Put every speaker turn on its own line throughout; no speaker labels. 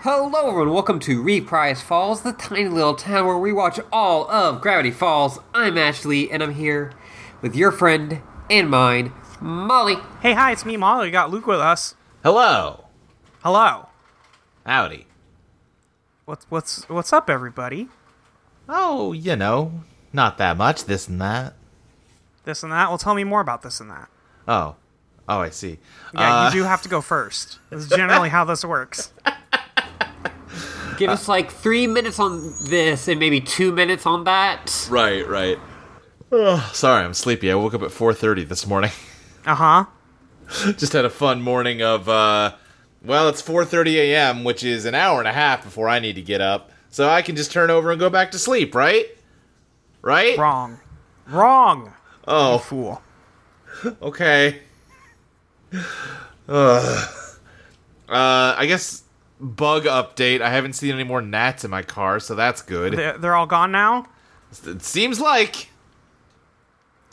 Hello, and welcome to Reprise Falls, the tiny little town where we watch all of Gravity Falls. I'm Ashley, and I'm here with your friend and mine, Molly.
Hey, hi, it's me, Molly. We got Luke with us.
Hello.
Hello.
Howdy.
What's what's what's up, everybody?
Oh, you know, not that much, this and that.
This and that. Well, tell me more about this and that.
Oh. Oh, I see.
Yeah,
Uh,
you do have to go first. This is generally how this works.
Give us like three minutes on this and maybe two minutes on that.
Right, right. Ugh, sorry, I'm sleepy. I woke up at 4.30 this morning.
Uh huh.
Just had a fun morning of, uh, well, it's 4.30 a.m., which is an hour and a half before I need to get up. So I can just turn over and go back to sleep, right? Right?
Wrong. Wrong.
Oh,
Fool.
Okay. Ugh. Uh, I guess bug update. I haven't seen any more gnats in my car, so that's good.
They're, they're all gone now.
It seems like.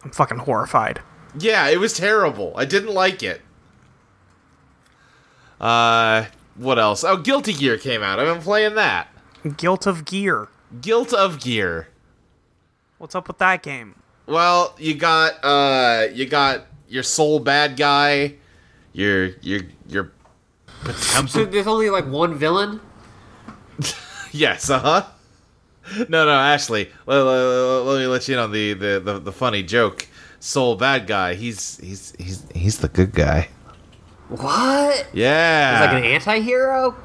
I'm fucking horrified.
Yeah, it was terrible. I didn't like it. Uh, what else? Oh, Guilty Gear came out. I've been playing that.
Guilt of gear.
Guilt of Gear.
What's up with that game?
Well, you got uh you got your soul bad guy, your your your
So there's only like one villain.
Yes, uh huh. No, no, Ashley. Let, let- let me let you in on the, the, the, the funny joke. Soul bad guy. He's he's he's he's the good guy.
What?
Yeah.
Like an anti-hero?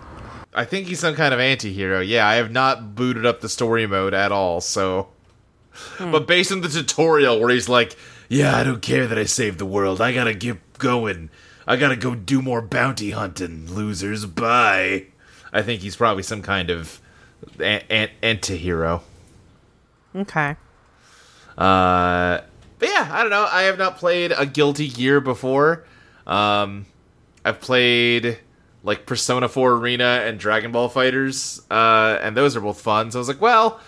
I think he's some kind of anti-hero. Yeah, I have not booted up the story mode at all, so
Hmm.
But based on the tutorial where he's like, "Yeah, I don't care that I saved the world. I got to get going. I got to go do more bounty hunting, losers. Bye." I think he's probably some kind of an- an- anti-hero.
Okay.
Uh, but yeah, I don't know. I have not played a Guilty Gear before. Um, I've played like Persona 4 Arena and Dragon Ball Fighters, uh, and those are both fun. So I was like, well,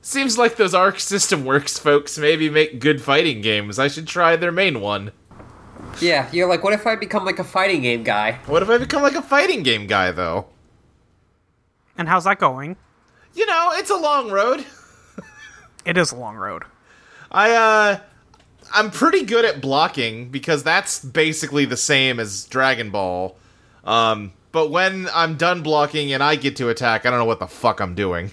seems like those Arc System Works folks maybe make good fighting games. I should try their main one.
Yeah, you're like, what if I become like a fighting game guy?
What if I become like a fighting game guy though?
And how's that going?
You know, it's a long road.
It is a long road.
I uh I'm pretty good at blocking because that's basically the same as Dragon Ball. Um but when I'm done blocking and I get to attack, I don't know what the fuck I'm doing.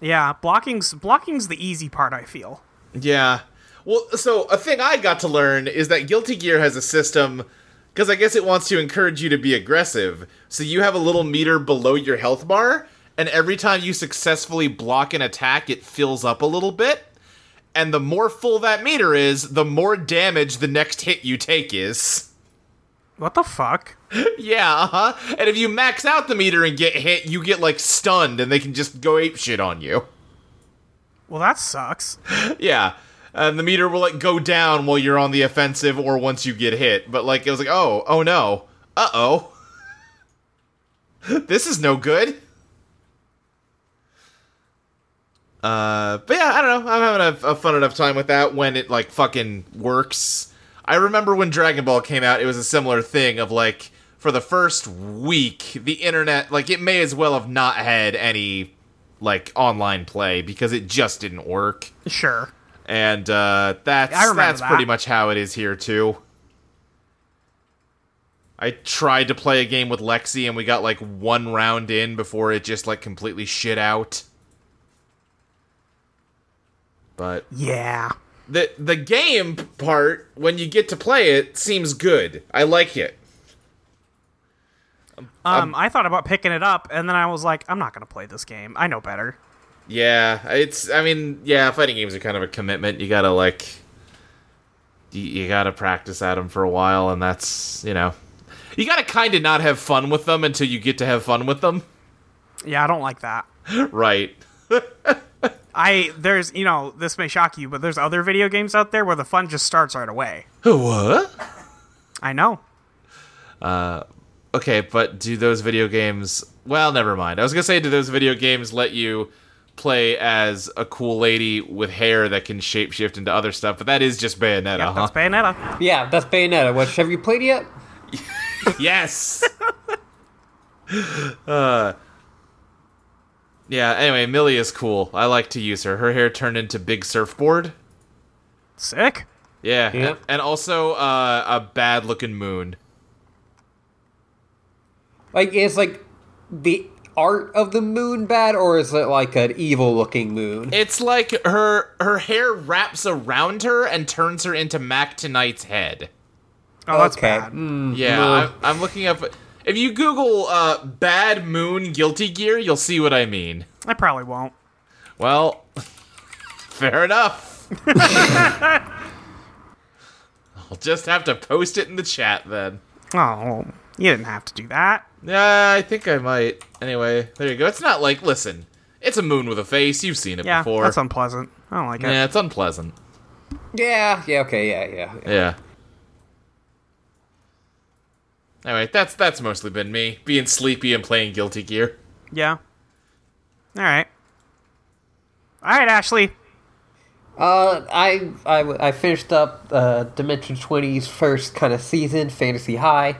Yeah, blocking's blocking's the easy part. I feel.
Yeah. Well, so a thing I got to learn is that Guilty Gear has a system because I guess it wants to encourage you to be aggressive. So you have a little meter below your health bar, and every time you successfully block an attack, it fills up a little bit. And the more full that meter is, the more damage the next hit you take is.
What the fuck?
yeah, uh huh. And if you max out the meter and get hit, you get like stunned and they can just go ape shit on you.
Well, that sucks.
Yeah. And the meter will like go down while you're on the offensive or once you get hit. But like it was like, oh, oh no. Uh oh. this is no good. Uh but yeah, I don't know. I'm having a, a fun enough time with that when it like fucking works. I remember when Dragon Ball came out, it was a similar thing of like for the first week, the internet like it may as well have not had any like online play because it just didn't work
Sure.
and uh, that's
I remember
that's
that.
pretty much how it is here too. I tried to play a game with Lexi, and we got like one round in before it just like completely shit out. But
Yeah.
the the game part, when you get to play it, seems good. I like it.
Um, I thought about picking it up, and then I was like, I'm not gonna play this game. I know better.
Yeah, it's. I mean, yeah, fighting games are kind of a commitment. You gotta like, you, you gotta practice at them for a while, and that's you know, you gotta kind of not have fun with them until you get to have fun with them,
Yeah, I don't like that.
right?
I there's you know this may shock you, but there's other video games out there where the fun just starts right away.
What?
I know.
Okay, but do those video games? Well, never mind. I was gonna say, do those video games let you play as a cool lady with hair that can shapeshift into other stuff? But that is just Bayonetta,
Yep,
huh?
that's Bayonetta.
Yeah, that's Bayonetta. Which have you played yet?
Yes. uh, Yeah, anyway, Millie is cool. I like to use her. Her hair turned into big surfboard.
Sick.
Yeah.
Yeah.
And, and also uh, a bad looking moon.
Like it's like the art of the moon bad, or is it like an evil looking moon?
It's like her her hair wraps around her and turns her into Mac Tonight's head.
Oh, that's
Okay.
bad.
Yeah,
no.
I'm, I'm looking up. If you Google uh, "bad moon guilty gear," you'll see what I mean.
I probably won't.
Well, fair enough. I'll just have to post it in the chat then.
Oh, you didn't have to do that.
Yeah, I think I might. Anyway, there you go. It's not like listen. It's a moon with a face. You've seen it
Yeah,
before.
that's unpleasant. I don't like it.
yeah, it's unpleasant.
Yeah, yeah, okay, yeah, yeah. yeah.
Yeah. Anyway, that's that's mostly been me being sleepy and playing Guilty Gear.
Yeah. All right. All right, Ashley.
Uh, I, I, I finished up uh, Dimension 20's first kind of season, Fantasy High.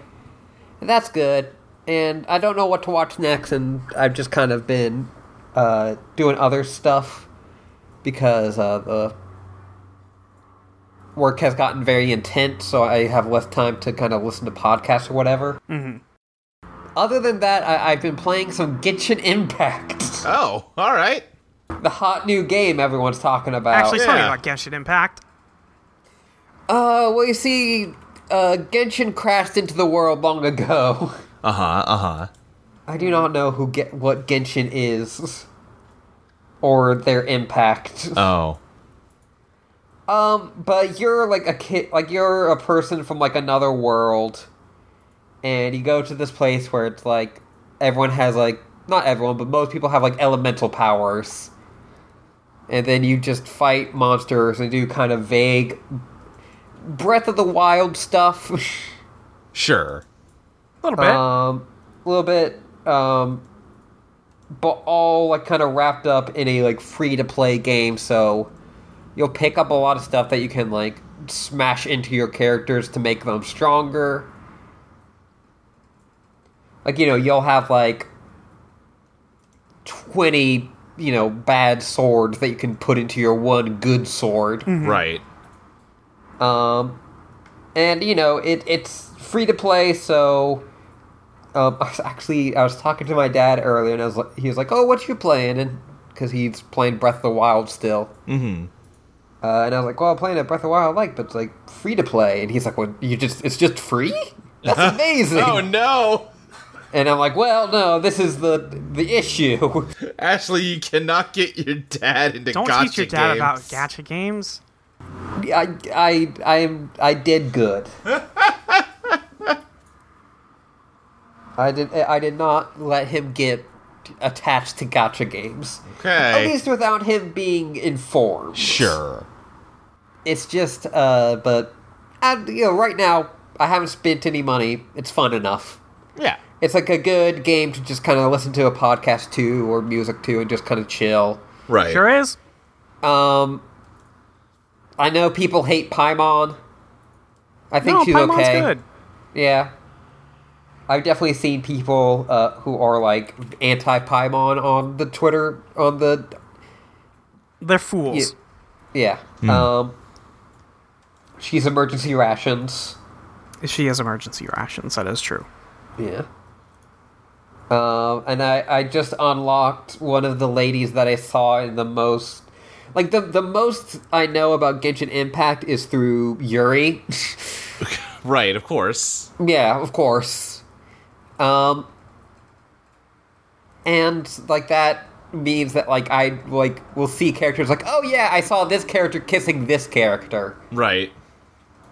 And that's good. And I don't know what to watch next, and I've just kind of been uh, doing other stuff because uh, the work has gotten very intense, so I have less time to kind of listen to podcasts or whatever. Mm-hmm. Other than that, I, I've been playing some Genshin Impact,
Oh, all right.
the hot new game everyone's talking about.
Ashley, tell me
Oh, yeah.
about Genshin Impact.
Uh, well, you see, uh, Genshin crashed into the world long ago.
Uh huh. Uh huh.
I do not know who get what Genshin is, or their impact.
Oh.
Um, but you're like a kid, like you're a person from like another world, and you go to this place where it's like everyone has like not everyone, but most people have like elemental powers, and then you just fight monsters and do kind of vague Breath of the Wild stuff.
Sure.
A little bit.
Um, a little bit. Um, but all like kind of wrapped up in a like free to play game, so you'll pick up a lot of stuff that you can like smash into your characters to make them stronger. Like you know, you'll have like twenty you know bad swords that you can put into your one good sword.
Mm-hmm.
Right.
Um, and you know it it's free to play, so um, I was actually I was talking to my dad earlier, and I was like, he was like, "Oh, what you playing?" And because he's playing Breath of the Wild still. Mm-hmm. Uh, and I was like, "Well, I'm playing a Breath of the Wild, like, but it's like free to play." And he's like, "Well, you just it's just free? That's amazing."
Oh no,
And I'm like, "Well, no, this is the the issue."
Ashley, you cannot get your dad into
Don't
gotcha
teach your dad
games.
about gacha games.
I I I am I did good. I did I did not let him get attached to gotcha games. At
Okay.
least without him being informed.
Sure.
It's just uh but and you know right now I haven't spent any money. It's fun enough.
Yeah.
It's like a good game to just kind of listen to a podcast to or music to and just kind of chill.
Right.
Sure is.
Um I know people hate Paimon. I think
No,
she's
Paimon's
okay.
good.
Yeah. I've definitely seen people uh, who are like anti Paimon on the Twitter on the
They're fools.
yeah. Um, she's emergency rations.
She has emergency rations. That is true.
Yeah. Um, and I, I just unlocked one of the ladies that I saw in the most like the the most I know about Genshin Impact is through Yuri.
Right. Of course.
Yeah, of course. Um, and like that means that like I like will see characters like, oh yeah, I saw this character kissing this character.
Right.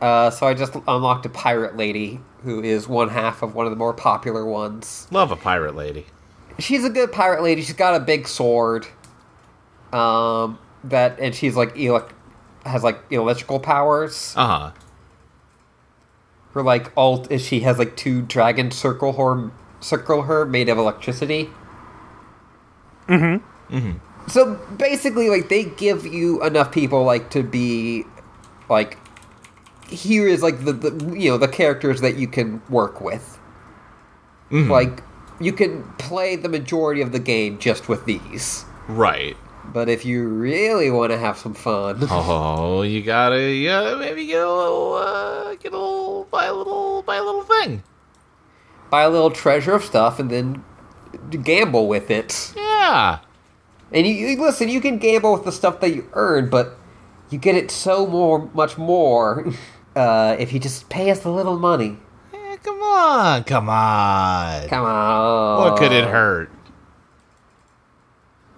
Uh, so I just unlocked a pirate lady who is one half of one of the more popular ones.
Love a pirate lady.
She's a good pirate lady. She's got a big sword. Um, that and she's like elec- has like electrical powers.
Uh huh.
Her like alt is she has like two dragon circle her circle her made of electricity. Mm-hmm. Mm-hmm. So basically, like they give you enough people like to be, like, here is like the, the you know the characters that you can work with. Like you can play the majority of the game just with these.
Right.
But if you really want to have some fun,
Oh, you gotta yeah, maybe get a little uh, get a little buy a little buy a little thing.
buy a little treasure of stuff and then gamble with it.
Yeah.
And you, you listen, you can gamble with the stuff that you earn, but you get it so more much more uh, if you just pay us a little money.
Eh, come on, come on.
Come on.
What could it hurt?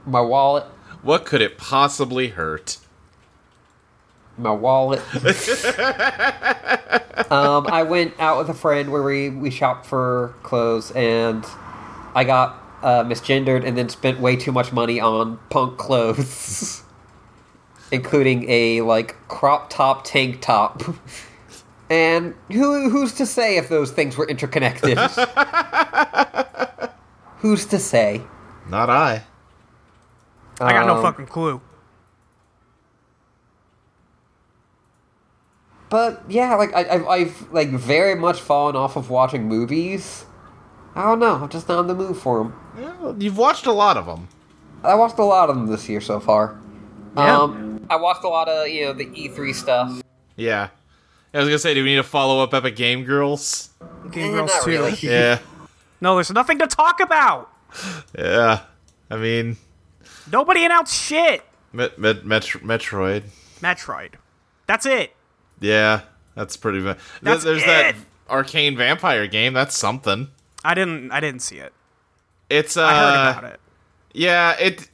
My wallet.
What could it possibly hurt?
my wallet. um, I went out with a friend where we, we shopped for clothes, and I got uh, misgendered and then spent way too much money on punk clothes, including a like crop top tank top. And who who's to say if those things were interconnected? who's to say?
Not I.
I got no
Um,
fucking clue.
But yeah, like I, I've, I've like very much fallen off of watching movies. I don't know. I'm just not in the mood for them.
Well, You've watched a lot of them.
I watched a lot of them this year so far.
Yeah.
Um, I watched a lot of you know the E3 stuff.
Yeah. I was gonna say, do we need a follow up Epic Game Girls?
Game
Eh,
Girls
not
2.
really.
Yeah.
No, there's nothing to talk about.
yeah. I mean,
Nobody announced shit.
Met- Met- Metro- Metroid.
Metroid. That's it.
Yeah, that's pretty. Va- th-
That's
there's that
it.
arcane vampire game. That's something.
I didn't. I didn't see it.
It's uh,
I heard about it.
yeah, it.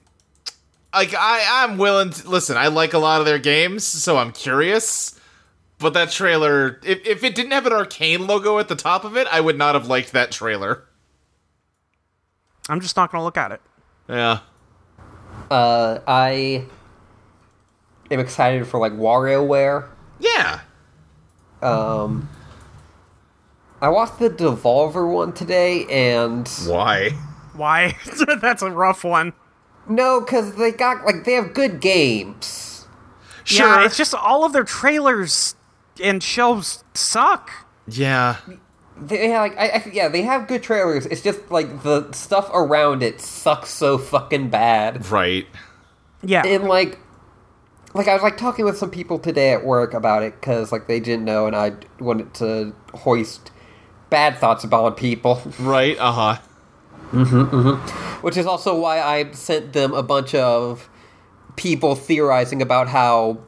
Like I, I'm willing to listen. I like a lot of their games, so I'm curious. But that trailer, if, if it didn't have an arcane logo at the top of it, I would not have liked that trailer.
I'm just not gonna look at it.
Yeah.
Uh, I am excited for like WarioWare.
Yeah.
Um, I watched the Devolver one today, and
Why?
Why? That's a rough one.
no, because they got like they have good games.
Sure.
Yeah, it's just all of their trailers and shows suck.
yeah.
They, yeah, like, I, I, yeah, they have good trailers. It's just like the stuff around it sucks so fucking bad.
Right.
Yeah.
And like, like I was like talking with some people today at work about it because like they didn't know, and I wanted to hoist bad thoughts about people,
Right. Uh
uh-huh.
huh.
which is also why I sent them a bunch of people theorizing about how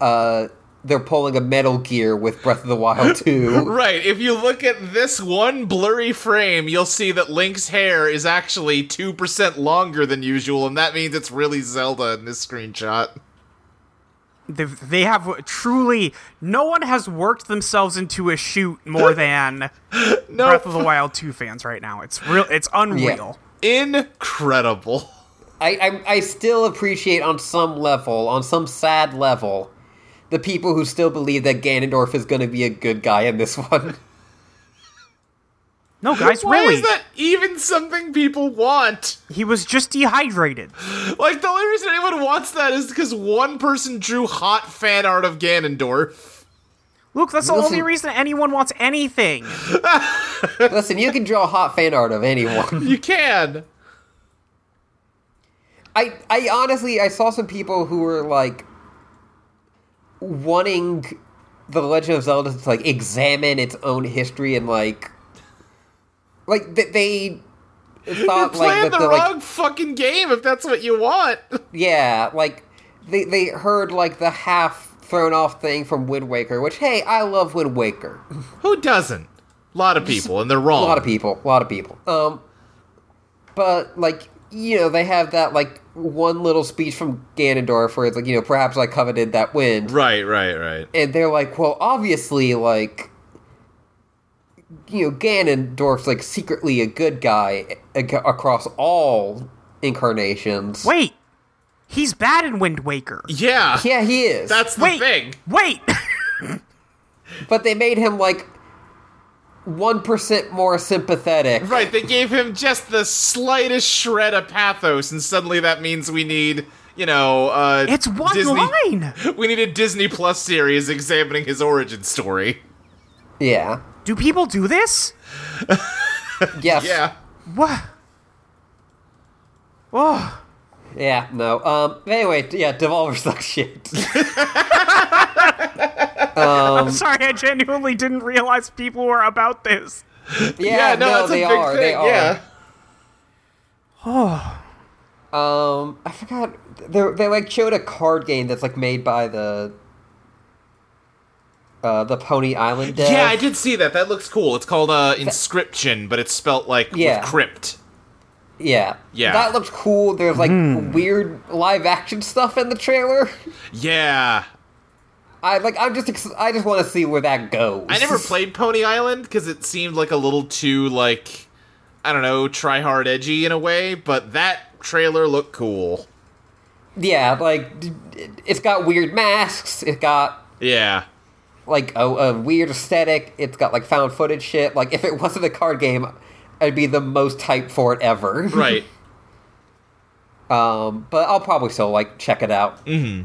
uh, they're pulling a Metal Gear with Breath of the Wild 2.
Right. If you look at this one blurry frame, you'll see that Link's hair is actually 2% longer than usual, and that means it's really Zelda in this screenshot.
They- they have truly no one has worked themselves into a shoot more than Breath of
No.
the Wild 2 fans right now. It's real it's unreal.
Incredible.
I, I, I still appreciate on some level, on some sad level, the people who still believe that Ganondorf is going to be a good guy in this one.
No guys,
Why
really.
is that even something people want?
He was just dehydrated.
Like, the only reason anyone wants that is because one person drew hot fan art of Ganondorf.
Luke, that's the
Listen-
only reason anyone wants anything.
Listen, you can draw hot fan art of anyone.
You can.
I, I honestly, I saw some people who were like wanting the Legend of Zelda to like examine its own history and like, like th- they thought like
Playing
that
the,
the, like
wrong fucking game if that's what you want.
yeah, like they they heard like the half thrown off thing from Wind Waker, which hey, I love Wind Waker.
Who doesn't? A lot of people, and they're wrong.
a lot of people, a lot of people. Um, but like you know, they have that like one little speech from Ganondorf where it's like you know, perhaps I coveted that wind,
Right, right, right.
and they're like, well, obviously, like you know, Ganondorf's like secretly a good guy ac- across all incarnations.
Wait. He's bad in Wind Waker.
Yeah.
yeah, he is.
That's the
Wait.
thing.
Wait.
but they made him like one percent more sympathetic.
Right, they gave him just the slightest shred of pathos, and suddenly that means we need, you know, uh,
It's one
Disney-
line.
We need a Disney Plus series examining his origin story.
Yeah.
Do people do this?
Yes.
Yeah,
What? Oh,
Yeah, no. Um. Anyway, yeah, Devolver sucks shit.
Um.
I'm sorry. I genuinely didn't realize people were about this.
Yeah, no, they are. They are.
Yeah.
Um, I forgot. They they like showed a card game that's like made by the uh the Pony Island. Dev.
Yeah, I did see that. That looks cool. It's called uh, Inscription, but it's spelt like with
Yeah.
crypt.
Yeah,
Yeah.
That looked cool. There's like weird live action stuff in the trailer.
Yeah.
I like. I'm just. Ex- I just want to see where that goes.
I never played Pony Island because it seemed like a little too like I don't know, try hard edgy in a way, but that trailer looked cool.
Yeah, like d- d- it's got weird masks. It got
Yeah.
like a, a weird aesthetic. It's got like found footage shit. Like if it wasn't a card game, I'd be the most hyped for it ever.
Right.
Um, but I'll probably still like check it out. Mm-hmm.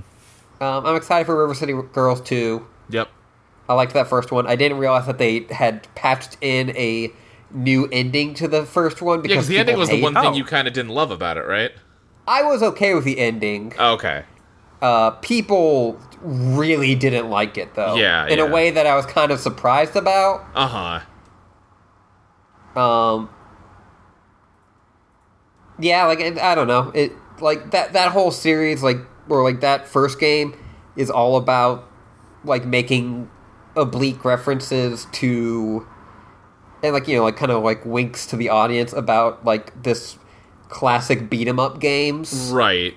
Um, I'm excited for River City Girls 2.
yep.
I liked that first one. I didn't realize that they had patched in a new ending to the first one
Yeah,
because
because the ending
people
was the
hate-
one thing
Oh.
you kind of didn't love about it, right?
I was okay with the ending.
Okay.
Uh, people really didn't like it though.
Yeah,
in
yeah.
a way that I was kind of surprised about.
Uh huh.
Um, yeah, like it- I don't know, it like that that whole series, like or like that first game, is all about like making oblique references to, and like you know, like kind of like winks to the audience about like this classic beat 'em up games
Right.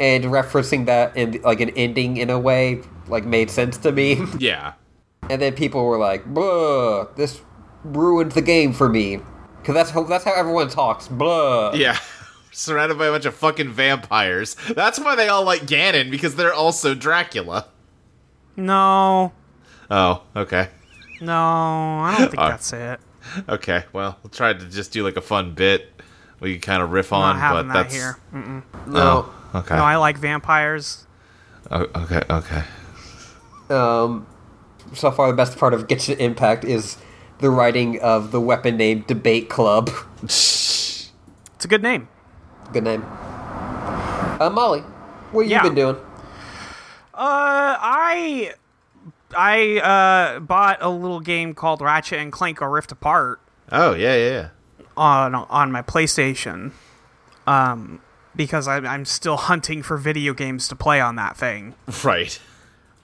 and referencing that in like an ending in a way like made sense to me
Yeah.
and then people were like, "Blah, this ruined the game for me," because that's how that's how everyone talks. Blah.
Yeah. Surrounded by a bunch of fucking vampires. That's why they all like Ganon because they're also Dracula.
No,
Oh, okay.
no, I don't think
Uh,
that's it.
Okay. Well, we'll try to just do like a fun bit we can kind of riff
I'm
on,
not
but
having that
that's
here. Mm,
No.
Oh, okay.
No, I like vampires.
O- Oh, okay, okay.
Um, so far, the best part of Genshin Impact is the writing of the weapon named Debate Club.
It's a good name.
Good name. Uh, Molly, what have
Yeah.
you been doing?
Uh, I I uh bought a little game called Ratchet and Clank: A Rift Apart
Oh, yeah, yeah, yeah.
on on my PlayStation, um, because I'm I'm still hunting for video games to play on that thing,
Right.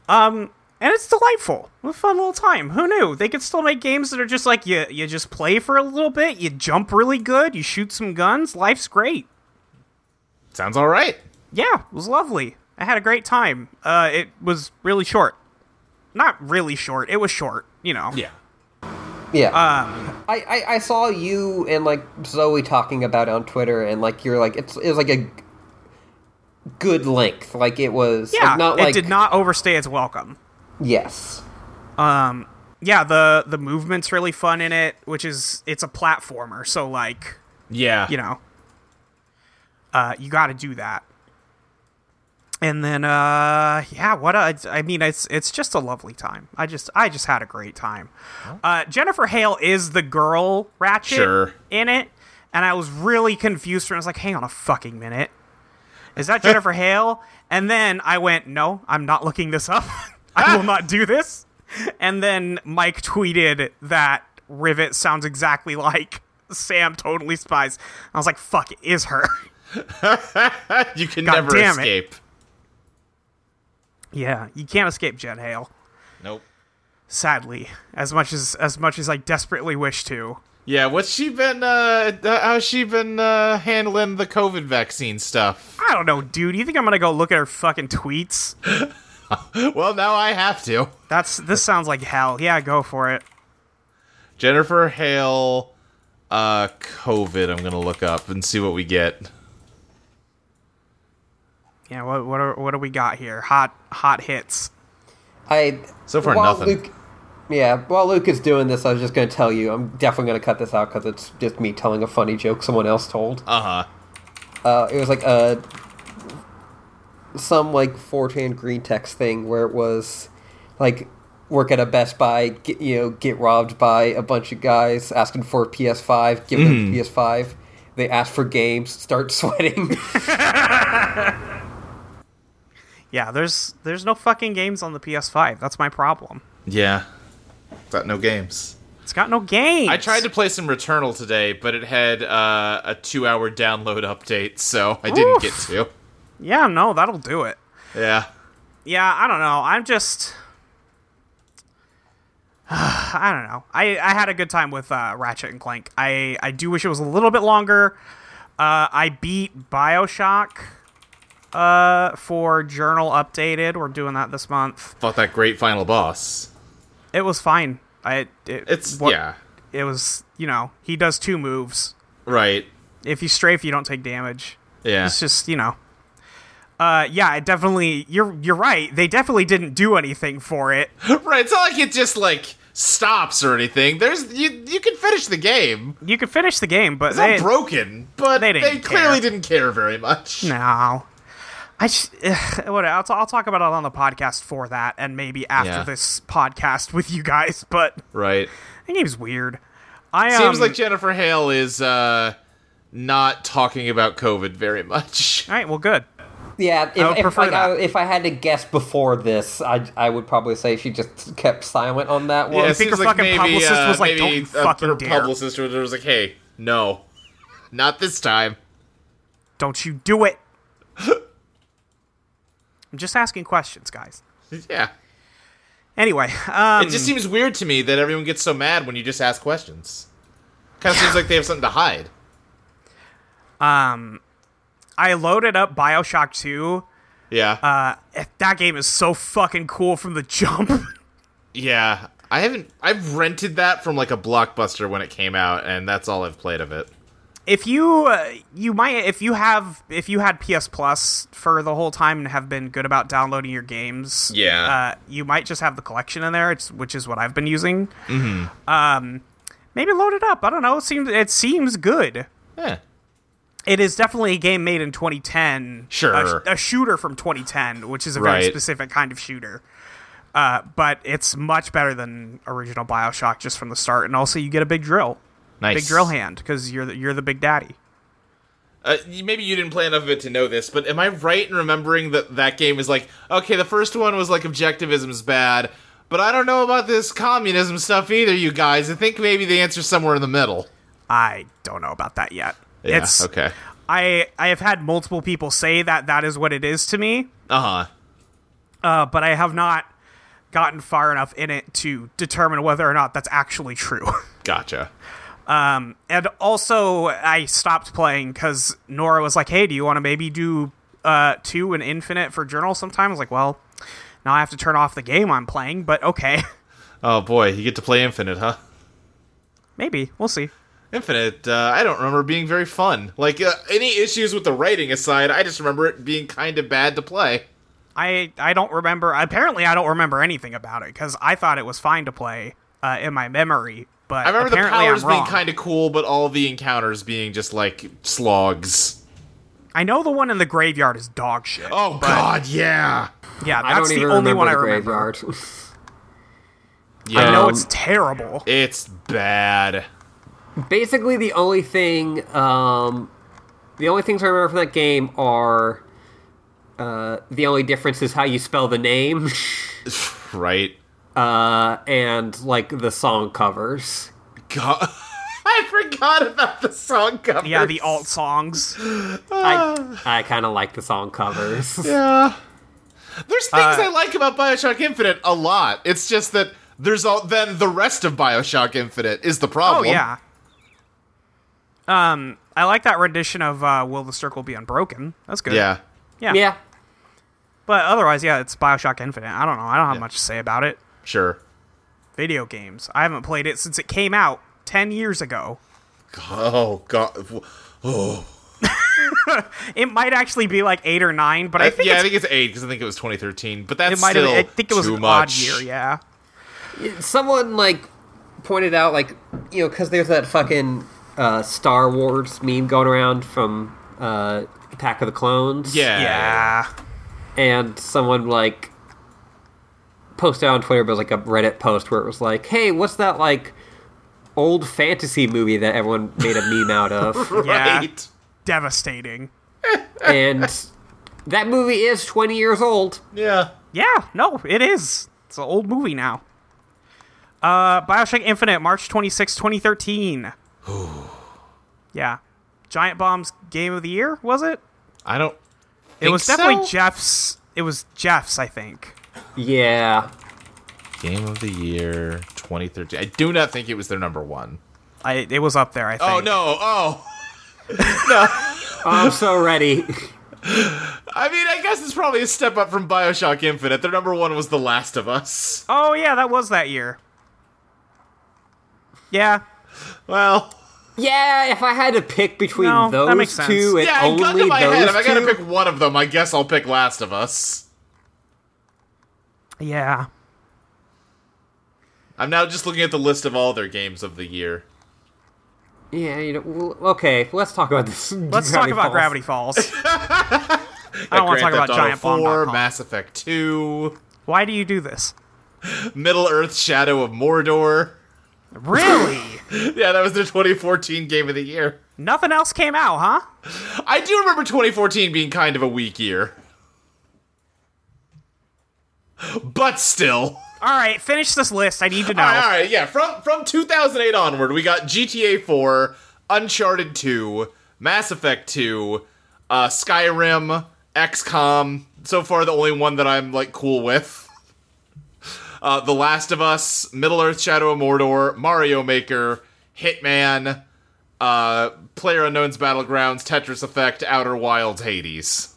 and it's delightful. It was a fun little time. Who knew they could still make games that are just like you you just play for a little bit, you jump really good, you shoot some guns, life's great.
Sounds all right.
yeah, it was lovely. I had a great time. Uh, it was really short. Not really short. It was short, you know.
Yeah.
Yeah.
Um,
I, I I saw you and like Zoe talking about it on Twitter, and like you're like it's it was like a g- good length. Like it was. like,
Yeah,
not
it
like
did not overstay its welcome.
Yes.
Yeah, the the movement's really fun in it, which is it's a platformer, so like
Yeah.
you know, uh, you got to do that. And then, uh, yeah, what a, I mean, it's it's just a lovely time. I just I just had a great time. Uh, Jennifer Hale is the girl Ratchet
Sure.
in it, and I was really confused. When I was like, hang on a fucking minute, is that Jennifer Hale? And then I went, no, I'm not looking this up. I will not do this. And then Mike tweeted that Rivet sounds exactly like Sam totally spies. I was like, fuck, it is her.
you can
God
never
damn it.
escape.
yeah, you can't escape Jen Hale.
Nope.
Sadly, as much as as much as I desperately wish to.
Yeah, what's she been uh uh, how's she been uh handling the COVID vaccine stuff?
I don't know, dude. You think I'm gonna go look at her fucking tweets?
Well, now I have to.
That's this sounds like hell. Yeah, go for it.
Jennifer Hale uh COVID I'm going to look up and see what we get.
Yeah, what what are, what do we got here? Hot hot hits.
I
So far,
while
nothing.
Luke, yeah, while Luke is doing this, I was just going to tell you. I'm definitely going to cut this out because it's just me telling a funny joke someone else told.
Uh-huh.
Uh, it was like a some like 4chan green text thing where it was like work at a Best Buy, get, you know, get robbed by a bunch of guys asking for a PS5, give them
Mm-hmm.
a PS5. They ask for games, start sweating.
Yeah, there's there's no fucking games on the PS5. That's my problem.
Yeah. Got no games.
It's got no games.
I tried to play some Returnal today, but it had uh, a two hour download update, so I didn't
Oof.
get to.
Yeah, no, that'll do it.
Yeah.
Yeah, I don't know. I'm just I don't know. I, I had a good time with uh, Ratchet and Clank. I, I do wish it was a little bit longer. Uh, I beat Bioshock uh, for Journal Updated. We're doing that this month.
Fought that great final boss.
It was fine. I it,
It's,
what-
yeah.
It was you know he does two moves.
Right.
If you strafe, you don't take damage.
Yeah.
It's just you know. Uh, yeah, it definitely. You're you're right. They definitely didn't do anything for it.
Right. It's not like it just like stops or anything. There's you you can finish the game.
You could finish the game, but
It's not
they
broken, but
they
they,
didn't care.
clearly didn't care very much.
no. I just what I'll, t- I'll talk about it on the podcast for that, and maybe after
Yeah.
this podcast with you guys. But
Right.
the game's weird. I
Seems
um,
like Jennifer Hale is uh not talking about COVID very much.
all right. Well, good.
yeah, if,
I would
if,
prefer
like, I,
that.
if I had to guess before this, I, I would probably say she just kept silent on that one.
Yeah,
think
seems uh,
her fucking publicist was like,
maybe,
"Don't fucking
her
dare."
publicist was- was like, "Hey, no, not this time."
Don't you do it. I'm just asking questions, guys.
Yeah,
Anyway, um,
it just seems weird to me that everyone gets so mad when you just ask questions. Kind of seems like they have something to hide.
I loaded up Bioshock 2.
Yeah,
Eh, That game is so fucking cool from the jump.
yeah. I haven't. I've rented that from like a blockbuster when it came out, and that's all I've played of it.
if you uh, you might if you have if you had PS Plus for the whole time and have been good about downloading your games,
Yeah.
uh, you might just have the collection in there, it's, which is what I've been using. Mm-hmm. Um, maybe load it up. I don't know. It seems it seems good.
Yeah.
It is definitely a game made in 2010.
Sure.
A, sh- a shooter from 2010, which is a very
Right.
specific kind of shooter. Uh, but it's much better than original Bioshock just from the start, and also you get a big drill,
Nice.
big drill hand because you're the, you're the big daddy.
Uh, y- maybe you didn't play enough of it to know this, but am I right in remembering that that game is like, okay, the first one was like objectivism's bad, but I don't know about this communism stuff either, you guys. I think maybe the answer's somewhere in the middle.
I don't know about that yet.
Yeah,
it's
okay.
I I have had multiple people say that that is what it is to me,
Uh huh.
uh, but I have not gotten far enough in it to determine whether or not that's actually true. Um,
Gotcha.
and also, I stopped playing because Nora was like, "Hey, do you want to maybe do uh, two and infinite for journal sometime?" I was like, "Well, now I have to turn off the game I'm playing, but okay,
Oh boy, you get to play Infinite, huh?
maybe we'll see."
Infinite, uh, I don't remember being very fun. Like, uh, any issues with the writing aside, I just remember it being kind of bad to play.
I I don't remember. Apparently, I don't remember anything about it because I thought it was fine to play uh, in my memory. But
I remember
apparently
the powers
I'm wrong.
being kind of cool, but all the encounters being just like slogs.
I know the one in the graveyard is dog shit.
Oh god, yeah.
yeah,
I
that's the only one I remember.
Yeah.
I know it's terrible.
It's bad.
basically the only thing um, the only things i remember from that game are uh, the only difference is how you spell the name
Right?
uh, and like the song covers
God. I forgot about the song cover.
Yeah, the alt songs.
Oh,
i, I kind of like the song covers
Yeah. There's
Uh,
things I like about Bioshock Infinite a lot. It's just that there's all then the rest of Bioshock Infinite is the
Oh
problem.
yeah. Um, I like that rendition of uh, "Will the Circle Be Unbroken." That's good.
Yeah.
yeah,
yeah
But otherwise, yeah, it's Bioshock Infinite. I don't know. I don't have much to say about it.
Sure.
Video games. I haven't played it since it came out ten years ago.
Oh god. Oh.
It might actually be like eight or nine, but I,
I
think
yeah, I
it's,
think it's eight because I think it was 2013, but that's
it might have.
still
I think it was
too
an
much.
odd year. Yeah.
someone like pointed out like you know because there's that fucking uh, star wars meme going around from uh, attack of the clones
Yeah.
Yeah.
and someone like posted on Twitter, but it was like a Reddit post where it was like, "Hey, what's that like old fantasy movie that everyone made a meme out of?"
Yeah.
Right.
Devastating.
and that movie is twenty years old.
Yeah.
Yeah, no, it is. It's an old movie now. Uh, Bioshock Infinite, March 26, 2013. yeah. Giant Bomb's Game of the Year, was it?
I don't.
It was definitely
so.
Jeff's. It was Jeff's, I think.
Yeah,
Game of the Year 2013. I do not think it was their number one.
I, it was up there, I think.
Oh no! Oh,
I'm so ready.
I mean, I guess it's probably a step up from Bioshock Infinite. Their number one was The Last of Us.
Oh, yeah, that was that year. Yeah.
Well,
yeah, if I had to pick between
No, that
those
makes sense.
two, and
yeah, I gun
only
to my
those
head. If I gotta
two,
pick one of them, I guess I'll pick Last of Us.
Yeah.
I'm now just looking at the list of all their games of the year.
yeah, you know, well, okay, let's talk about this.
Let's talk about Gravity Falls. I don't want to talk
Grand
about
Theft Auto
Giant Bomb.
Mass Effect 2,
Why do you do this?
Middle Earth: Shadow of Mordor.
Really?
Yeah, that was their 2014 game of the year.
Nothing else came out, huh?
I do remember 2014 being kind of a weak year. But still.
All right, finish this list. I need to know.
All right, all right, yeah. From from 2008 onward, we got GTA 4, Uncharted 2, Mass Effect 2, uh, Skyrim, XCOM. So far, the only one that I'm like cool with. Uh, the Last of Us, Middle Earth: Shadow of Mordor, Mario Maker, Hitman, uh, Player Unknown's Battlegrounds, Tetris Effect, Outer Wilds, Hades.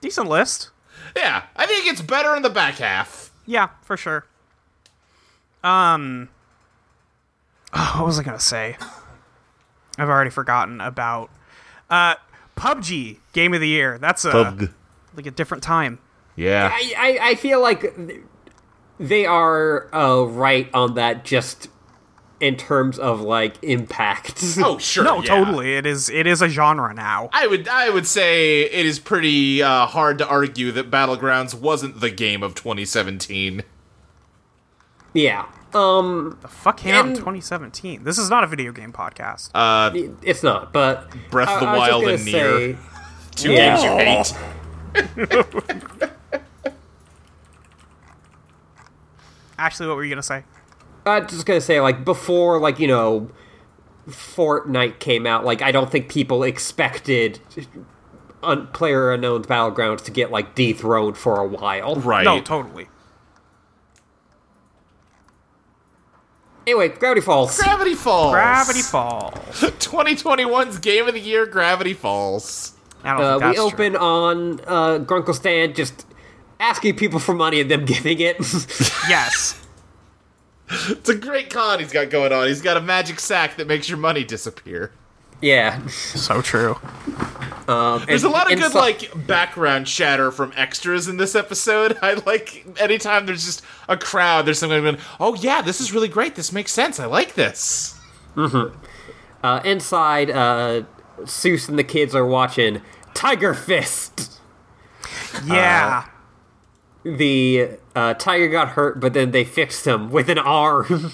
Decent list.
Yeah, I think it's better in the back half.
Yeah, for sure. Um, oh, what was I gonna say? I've already forgotten about uh, PUBG Game of the Year. That's a like a different time.
Yeah.
I, I, I feel like they are uh, right on that just in terms of like impact.
Oh sure.
No,
yeah.
totally. It is it is a genre now.
I would I would say it is pretty uh, hard to argue that Battlegrounds wasn't the game of 2017.
yeah. Um
The fuck came out in
And-
2017. This is not a video game podcast.
Uh,
it's not, but
Breath of the
I- I was just
Wild
gonna
and Nier.
say-
Two
Yeah.
games you hate.
Actually, what were you gonna say?
I was just gonna say, like before, like you know, Fortnite came out. Like I don't think people expected un- Player Unknown's Battlegrounds to get like dethroned for a while.
Right.
No, totally.
Anyway, Gravity Falls.
Gravity Falls.
Gravity Falls.
2021's game of the year, Gravity Falls.
I don't
Uh,
think that's
we open
True.
on uh, Grunkle Stand just asking people for money and them giving it.
Yes.
It's a great con he's got going on. He's got a magic sack that makes your money disappear.
yeah.
so true.
Um,
There's a lot of good
so-
like background chatter from extras in this episode. I like anytime there's just a crowd, there's someone going, "Oh yeah, this is really great. This makes sense. I like this."
uh, inside. Uh, Seuss and the kids are watching Tiger Fist.
Yeah.
The uh, tiger got hurt, but then they fixed him with an arm.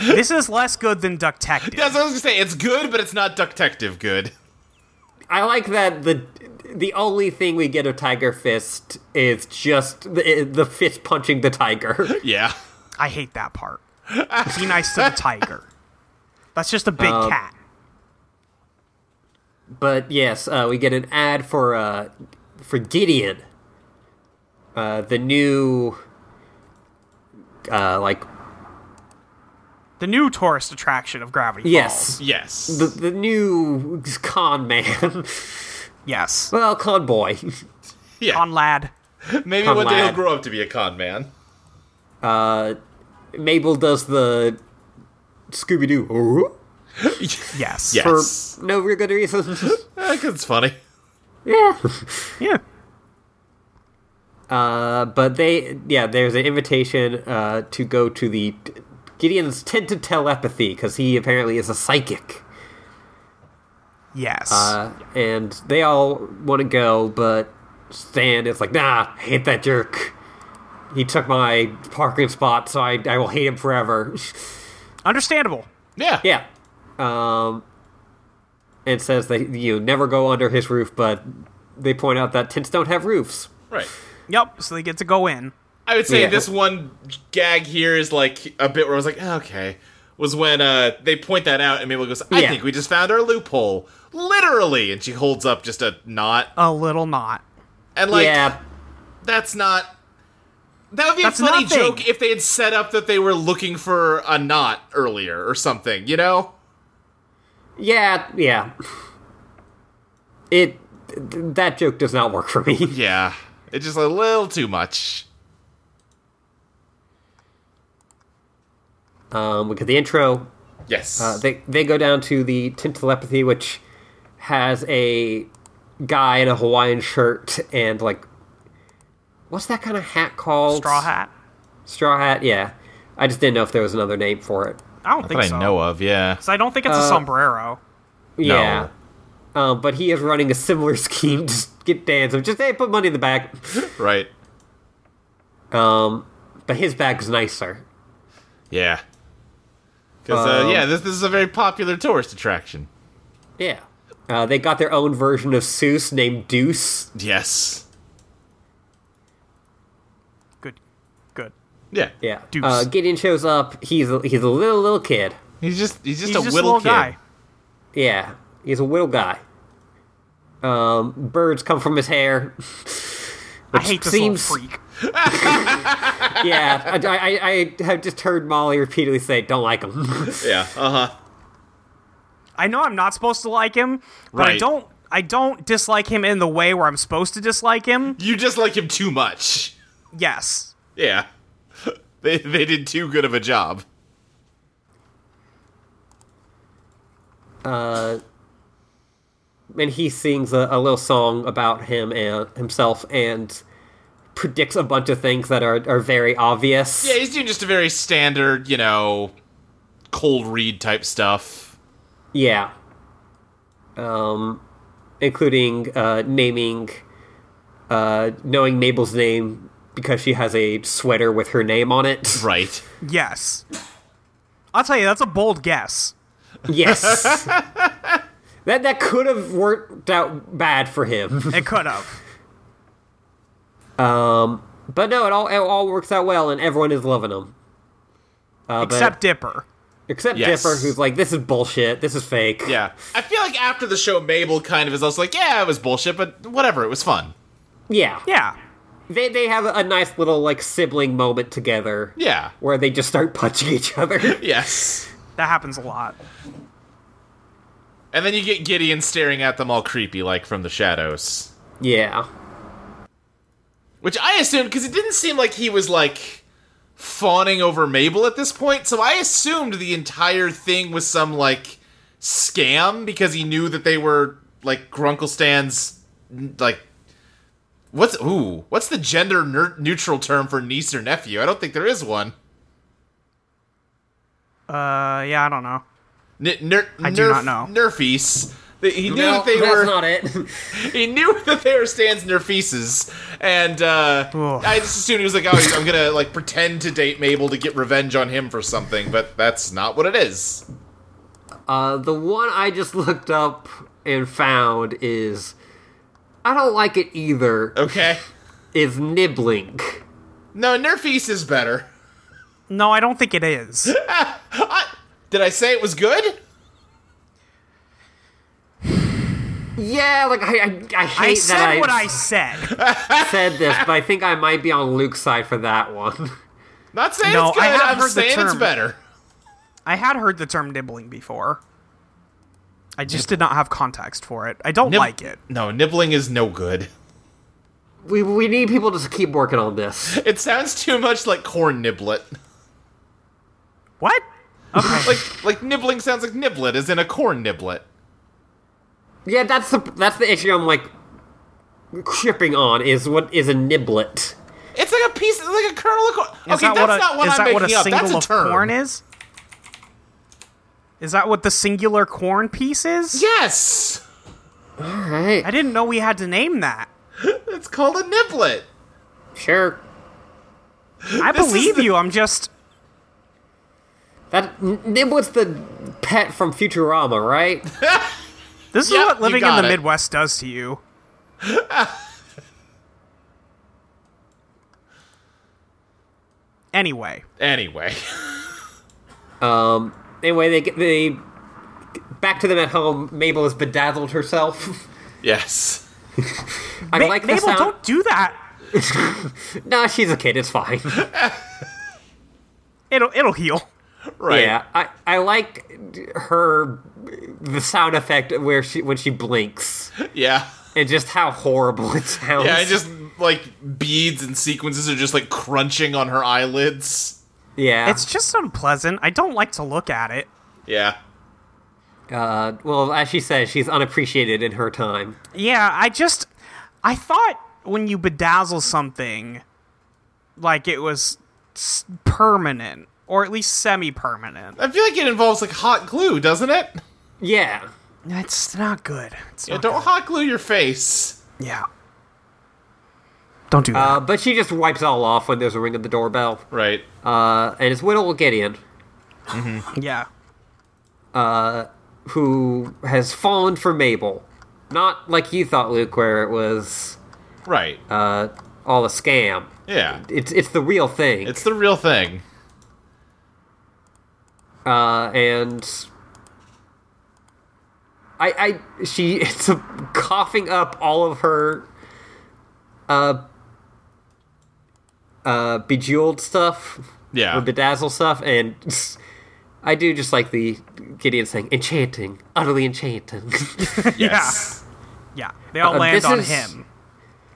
this is less good than Ducktective.
That's what I was gonna say. It's good, but it's not Ducktective good.
I like that the the only thing we get of Tiger Fist is just the, the fist punching the tiger.
Yeah.
I hate that part. Be nice to the tiger. That's just a big cat.
But yes, uh, we get an ad for uh, for Gideon, uh, the new uh, like
The new tourist attraction of Gravity
yes,
Oh, Yes.
the, the new con man.
Falls. Yes.
well, con boy.
yeah.
On lad.
Maybe
Con
one day he'll
Lad.
grow up to be a con man.
Mabel does the Scooby Doo for
Yes.
Yes.
no real good reason.
Eh, 'cause it's funny.
yeah.
Yeah.
Uh, but they, yeah, there's an invitation uh, to go to the Gideon's tent of telepathy because he apparently is a psychic,
Yes.
uh, and they all want to go, but Stan is like, nah, I hate that jerk. He took my parking spot, so I, I will hate him forever.
Understandable.
Yeah.
yeah. Um, and says that you never go under his roof, but they point out that tents don't have roofs.
Right.
Yep. So they get to go in.
I would say
Yeah.
this one gag here is like a bit where I was like, "Oh, okay. Was when uh, they point that out and Mabel goes, I
Yeah.
think we just found our loophole. Literally. And she holds up just a knot.
A little knot.
And like,
yeah,
that's not. That would be
That's
a funny
nothing.
joke if they had set up that they were looking for a knot earlier or something, you know?
yeah, yeah. It th- that joke does not work for me.
Yeah. It's just a little too much.
Um, because the intro,
Yes.
uh, they they go down to the tent telepathy, which has a guy in a Hawaiian shirt and like, what's that kind of hat called?
Straw hat.
Straw hat. Yeah, I just didn't know if there was another name for it.
I don't think
that
so.
I know of, yeah.
So I don't think it's a sombrero.
Yeah. Um, but he is running a similar scheme to get Dan's. Just hey, put money in the bag.
Right.
Um, but his bag's nicer.
Yeah. Because, uh,
Um,
yeah, this, this is a very popular tourist attraction.
Yeah. Uh, they got their own version of Seuss named Deuce.
Yes.
Good. Good.
Yeah.
Yeah.
Deuce.
Uh, Gideon shows up. He's a, he's a little little kid.
He's just he's just
He's
a
just a
little
little
kid.
guy.
Yeah. He's a little guy. Um, birds come from his hair.
I hate this
seems-
little freak.
yeah. I, I, I- I have just heard Molly repeatedly say, "Don't like him."
Yeah. Uh huh.
I know I'm not supposed to like him, but I
Right.
don't. I don't dislike him in the way where I'm supposed to dislike him.
You just like him too much.
Yes.
Yeah. They they did too good of a job.
and he sings a, a little song about him and himself and predicts a bunch of things that are, are very obvious.
Yeah, he's doing just a very standard, you know, cold read type stuff.
Yeah. Um, including uh, naming, uh, knowing Mabel's name because she has a sweater with her name on it.
Right.
Yes. I'll tell you, that's a bold guess.
Yes. that that could have worked out bad for him.
It could have.
But no, it all it all works out well and everyone is loving him. Uh, but-
Except Dipper.
except
Yes.
Dipper who's like this is bullshit. This is fake.
Yeah. I feel like after the show, Mabel kind of is also like, yeah, it was bullshit, but whatever, it was fun.
Yeah.
Yeah.
They they have a nice little like sibling moment together.
Yeah.
Where they just start punching each other.
Yes.
That happens a lot.
And then you get Gideon staring at them all creepy, like from the shadows.
yeah.
Which I assumed, because it didn't seem like he was like fawning over Mabel at this point, so I assumed the entire thing was some like scam because he knew that they were like Grunkle Stan's like what's ooh what's the gender ner- neutral term for niece or nephew? I don't think there is one.
Uh, yeah, I don't know.
N- ner-
I do
nerf-
not know.
Nerfies. They- He knew
No,
that they
that's
were.
not it.
he knew that they were Stan's Nerfeases, and uh,
Ugh.
I just assumed he was like, "Oh, he's- I'm gonna like pretend to date Mabel to get revenge on him for something," but that's not what it is.
uh, the one I just looked up and found is I don't like it either.
Okay,
Is nibbling.
no, Nerfease is better.
No, I don't think it is.
I, did I say it was good?
Yeah, like I I, I hate
I
that
said
I,
what I said.
said this, but I think I might be on Luke's side for that one.
Not saying
No,
it's good.
I have
am
heard the
saying it's
term.
better.
I had heard the term nibbling before. I just did not have context for it. I don't
Nib-
like it.
No, nibbling is no good.
We we need people to just keep working on this.
It sounds too much like corn niblet.
What? Okay.
Like like nibbling sounds like niblet is in a corn niblet.
Yeah, that's the that's the issue I'm like tripping on is what is a niblet.
It's like a piece, like a kernel of corn.
Is
okay,
that
that's
what a,
not what
is
I'm
that what a
making up.
single
That's a
of
term.
corn is? Is that what the singular corn piece is?
Yes.
Alright.
I didn't know we had to name that.
It's called a niblet.
Sure.
I
This is
believe
the-
you. I'm just
That Niblet's the pet from Futurama, right?
this is
Yep,
what
you
living in
got
the
it.
Midwest does to you. anyway,
Anyway,
Um. Anyway, they get they back to them at home. Mabel has bedazzled herself.
yes.
I
Ma-
like the
Mabel,
sound.
don't do that.
No, she's a kid. It's fine.
It'll it'll heal.
Right.
Yeah, I I like her the sound effect where she when she blinks
Yeah.
and just how horrible it sounds.
Yeah, and just like beads and sequences are just like crunching on her eyelids.
yeah.
It's just unpleasant. I don't like to look at it.
Yeah.
uh, well, as she says, she's unappreciated in her time.
Yeah, I just I thought when you bedazzle something like it was s- permanent or at least semi-permanent.
I feel like it involves like hot glue, doesn't it?
Yeah,
It's not good. It's
Yeah,
not
don't hot glue your face.
good. Yeah. Don't do that.
uh, but she just wipes it all off when there's a ring at the doorbell.
Right.
Uh, and it's Whittle Gideon Um,
yeah.
who has fallen for Mabel, not like you thought, Luke, where it was
Right.
uh, all a scam.
yeah.
It's it's the real thing.
It's the real thing.
uh, and I, I, she is coughing up all of her, uh, uh, bejeweled stuff,
Yeah.
or bedazzle stuff, and I do just like the Gideon saying, enchanting, utterly enchanting.
Yes.
Yeah. They all
Uh,
land
this
on
is-
him.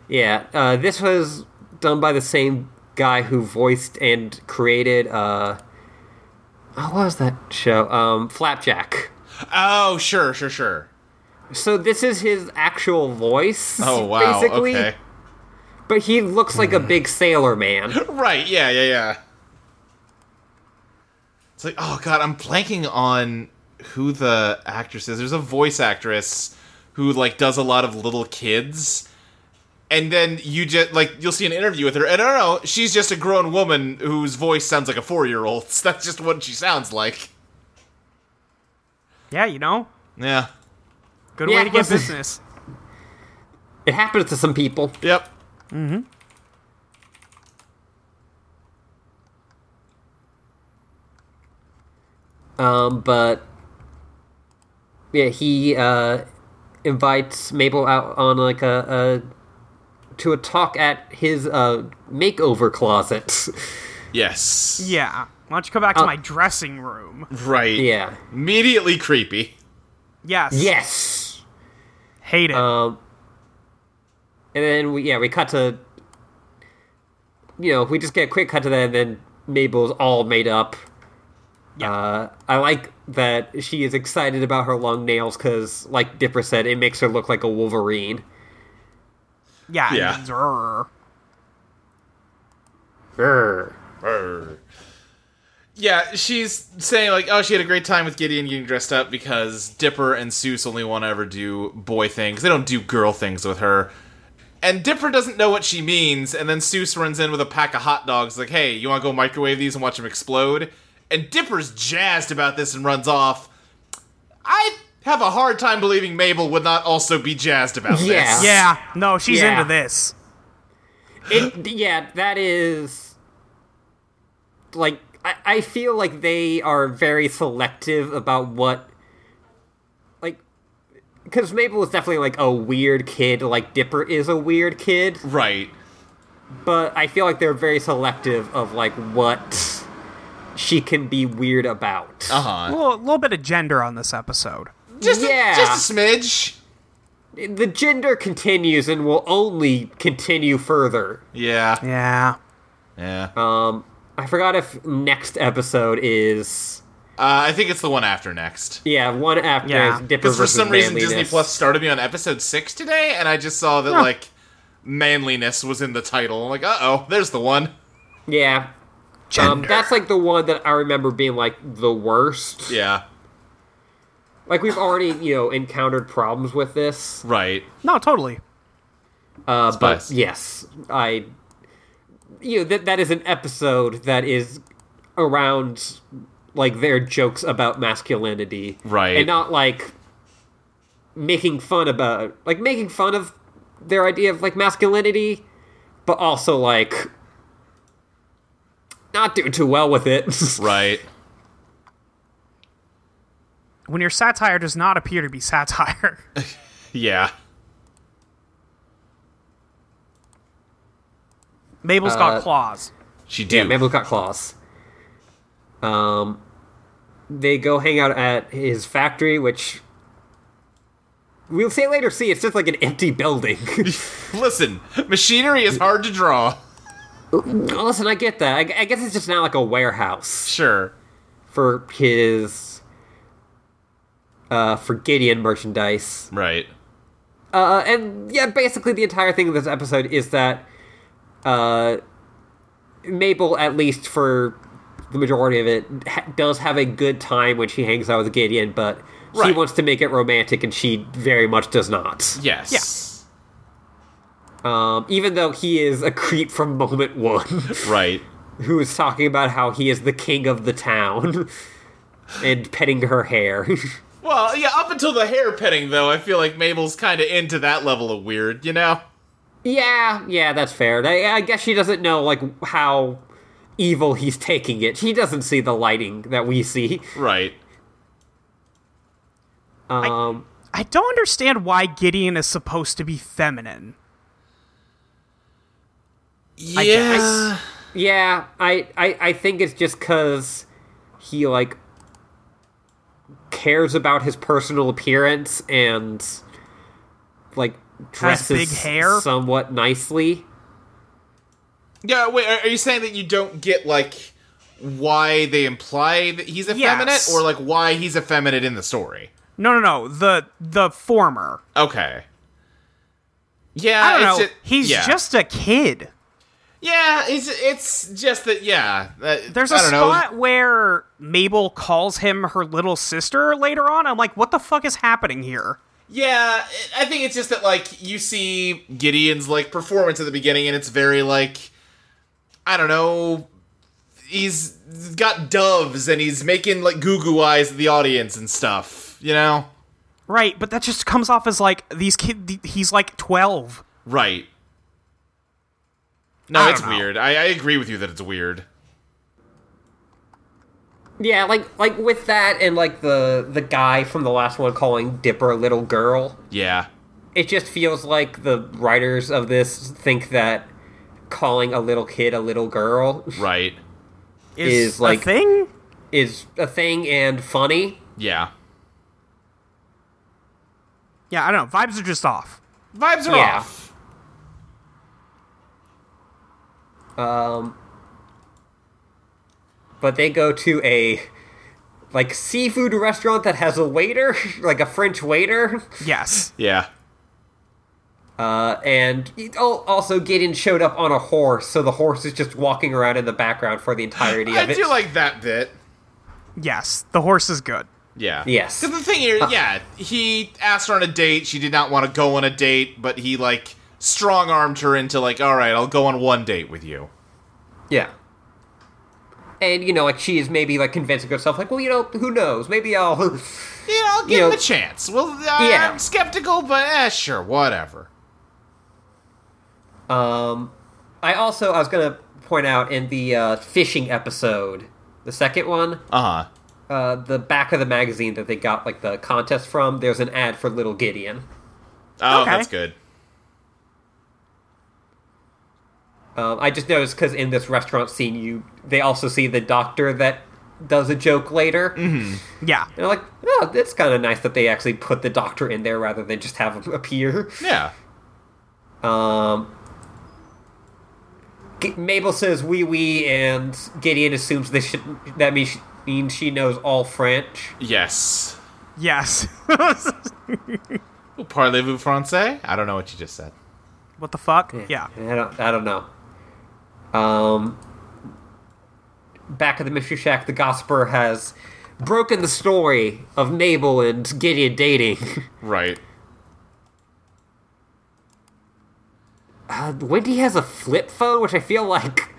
yeah, uh, this was done by the same guy who voiced and created, uh, oh, what was that show? Um, Flapjack.
Oh, sure, sure, sure.
So this is his actual voice.
Oh wow.
Basically,
Okay. Hmm.
but he looks like a big sailor man.
Right. Yeah. Yeah. Yeah. It's like, oh god, I'm blanking on who the actress is. There's a voice actress who like does a lot of little kids, and then you just like you'll see an interview with her, and I don't know, she's just a grown woman whose voice sounds like a four year old. That's just what she sounds like.
Yeah, you know.
Yeah.
Good
Yeah,
way to get
listen.
business.
It happens to some people.
Yep.
Um, but yeah, he uh, invites Mabel out on like a, a to a talk at his uh, makeover closet.
Yes.
Yeah. Why don't you come back to
Uh,
my dressing room?
Right.
yeah.
Immediately creepy.
Yes.
Yes.
Hate it.
Um, and then we yeah we cut to you know we just get a quick cut to that and then Mabel's all made up.
Yeah.
Uh, I like that she is excited about her long nails because, like Dipper said, it makes her look like a Wolverine.
yeah.
yeah.
Zrrr.
Grr.
Brr. Yeah, she's saying like, oh, she had a great time with Gideon getting dressed up because Dipper and Seuss only want to ever do boy things. They don't do girl things with her. And Dipper doesn't know what she means, and then Seuss runs in with a pack of hot dogs, like, hey, you want to go microwave these and watch them explode? And Dipper's jazzed about this and runs off. I have a hard time believing Mabel would not also be jazzed about
Yeah.
this.
Yeah. No, she's
Yeah.
into this.
It, yeah, that is like I, I feel like they are very selective about what like because Mabel is definitely like a weird kid, like Dipper is a weird kid,
Right.
but I feel like they're very selective of like what she can be weird about.
Uh huh.
A little, little bit of gender on this episode.
Just,
Yeah.
a, just a smidge.
The gender continues and will only continue further.
Yeah.
Yeah.
Yeah.
Um, I forgot if next episode is
Uh, I think it's the one after next.
yeah one after
Yeah.
is Dipper
Because for
versus
some reason
manliness.
Disney Plus started me on episode six today, and I just saw that
Huh.
like manliness was in the title. I'm like, uh oh, there's the one.
Yeah, um, that's like the one that I remember being like the worst.
Yeah.
Like we've already you know encountered problems with this,
Right.
No, totally.
uh, but
Spice.
yes, I you know, that that is an episode that is around like their jokes about masculinity,
Right.
And not like making fun about like making fun of their idea of like masculinity, but also like not doing too well with it.
Right.
When your satire does not appear to be satire.
Yeah.
Mabel's
Uh,
got claws.
She do.
Yeah, Mabel got claws. Um, they go hang out at his factory, which we'll say later. See, it's just like an empty building.
Listen, machinery is hard to draw.
Oh, Listen, I get that. I, I guess it's just now like a warehouse
Sure.
for his uh for Gideon merchandise.
Right.
Uh, and yeah, basically the entire thing of this episode is that uh, Mabel, at least for the majority of it, ha- does have a good time when she hangs out with Gideon, but she
Right.
wants to make it romantic, and she very much does not.
Yes.
Um, even though he is a creep from moment one,
Right.
who is talking about how he is the king of the town and petting her hair.
Well, yeah, up until the hair petting, though, I feel like Mabel's kind of into that level of weird, you know?
Yeah, yeah, that's fair. I, I guess she doesn't know like how evil he's taking it. She doesn't see the lighting that we see.
Right.
Um,
I don't understand why Gideon is supposed to be feminine.
Yeah.
guess.
yeah, I, I, I think it's just because he like cares about his personal appearance and like
Has
dresses
big hair?
somewhat nicely.
Yeah, wait, are, are you saying that you don't get, like, why they imply that he's effeminate?
Yes.
Or, like, why he's effeminate in the story?
No, no, no. The the former.
Okay. Yeah,
I don't know.
Uh, it's ju-
He's
yeah.
just a kid.
Yeah, it's it's just that. Yeah, that,
There's
I
a
don't know.
spot where Mabel calls him her little sister later on. I'm like, what the fuck is happening here?
Yeah, I think it's just that like you see Gideon's like performance at the beginning, and it's very like I don't know. He's got doves, and he's making like goo goo eyes at the audience and stuff. You know,
Right, but that just comes off as like these kid. He's like twelve.
right? No,
I don't
it's
know.
weird. I, I agree with you that it's weird.
Yeah, like like with that and like the the guy from the last one calling Dipper a little girl.
Yeah,
it just feels like the writers of this think that calling a little kid a little girl
right.
Is,
Is, like-
a thing.
is a thing and funny.
Yeah,
Yeah, I don't know. Vibes are just off.
vibes are
Yeah.
off.
Um, but they go to a like seafood restaurant that has a waiter, like a French waiter,
Yes.
Yeah.
uh, and oh, also Gideon showed up on a horse, so the horse is just walking around in the background for the entirety
I
of it.
do like that bit.
Yes. The horse is good.
Yeah.
Yes.
Because the thing here, yeah, he asked her on a date. She did not want to go on a date, but he like strong armed her into like, all right, I'll go on one date with you.
Yeah. And you know, like she is maybe like convincing herself, like, well, you know, who knows? Maybe I'll.
Yeah, I'll give
You
him
know-
a chance. Well, I,
Yeah.
I'm skeptical, but eh, sure, whatever.
Um, I also I was gonna point out in the uh, fishing episode, the second one,
Uh huh.
uh, the back of the magazine that they got like the contest from. There's an ad for Little Gideon.
Oh,
Okay.
that's good.
Um, I just noticed because in this restaurant scene, you they also see the doctor that does a joke later, and
Yeah.
I'm like, oh, it's kind of nice that they actually put the doctor in there rather than just have him appear.
Yeah.
Um, G- Mabel says "wee wee," and Gideon assumes this should, that means she, means she knows all French.
Yes.
Yes.
Ou Parlez-vous français? I don't know what you just said.
what the fuck? Yeah.
I don't, I don't know. Um, back at the mystery shack, the gossiper has broken the story of Mabel and Gideon dating.
Right.
uh, Wendy has a flip phone, which I feel like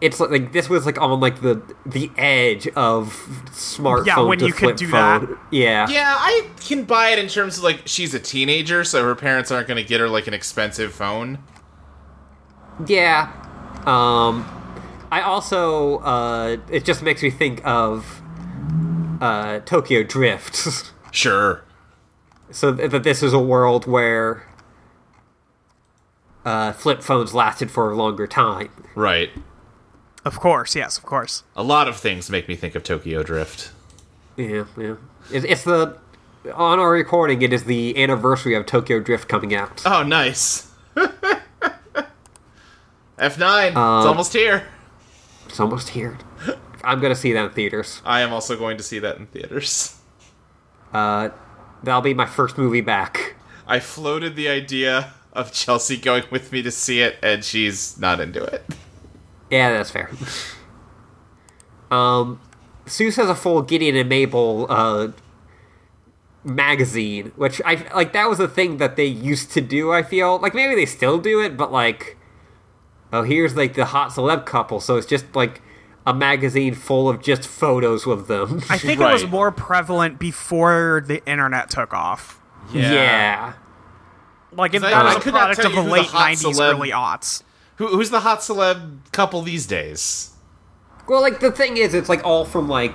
it's like, like this was like on like the the edge of smartphone
when
to
you could
flip
do
phone.
that.
Yeah.
Yeah, I can buy it in terms of like she's a teenager, so her parents aren't going to get her like an expensive phone.
Yeah. Um, I also uh, it just makes me think of uh, Tokyo Drift.
Sure.
so th- that this is a world where uh, flip phones lasted for a longer time.
Right.
Of course, yes, of course.
A lot of things make me think of Tokyo Drift.
Yeah, yeah. It, it's the on our recording. It is the anniversary of Tokyo Drift coming out.
Oh, nice. F9, it's almost here.
It's almost here. I'm gonna see that in theaters.
I am also going to see that in theaters.
That'll be my first movie back.
I floated the idea of Chelsea going with me to see it, and she's not into it.
Yeah, that's fair. Um, Seuss has a full Gideon and Mabel uh, magazine, which I like. That was a thing that they used to do. I feel like maybe they still do it, but like, oh, here's like the hot celeb couple. So it's just like a magazine full of just photos of them.
I think it was
Right.
more prevalent before the internet took off.
yeah.
Like, if
I-
that
I
was a
could not
product
tell
of
you
the
who the
late
hot
90s,
celeb-
early aughts.
Who, who's the hot celeb couple these days?
Well, like the thing is, it's like all from like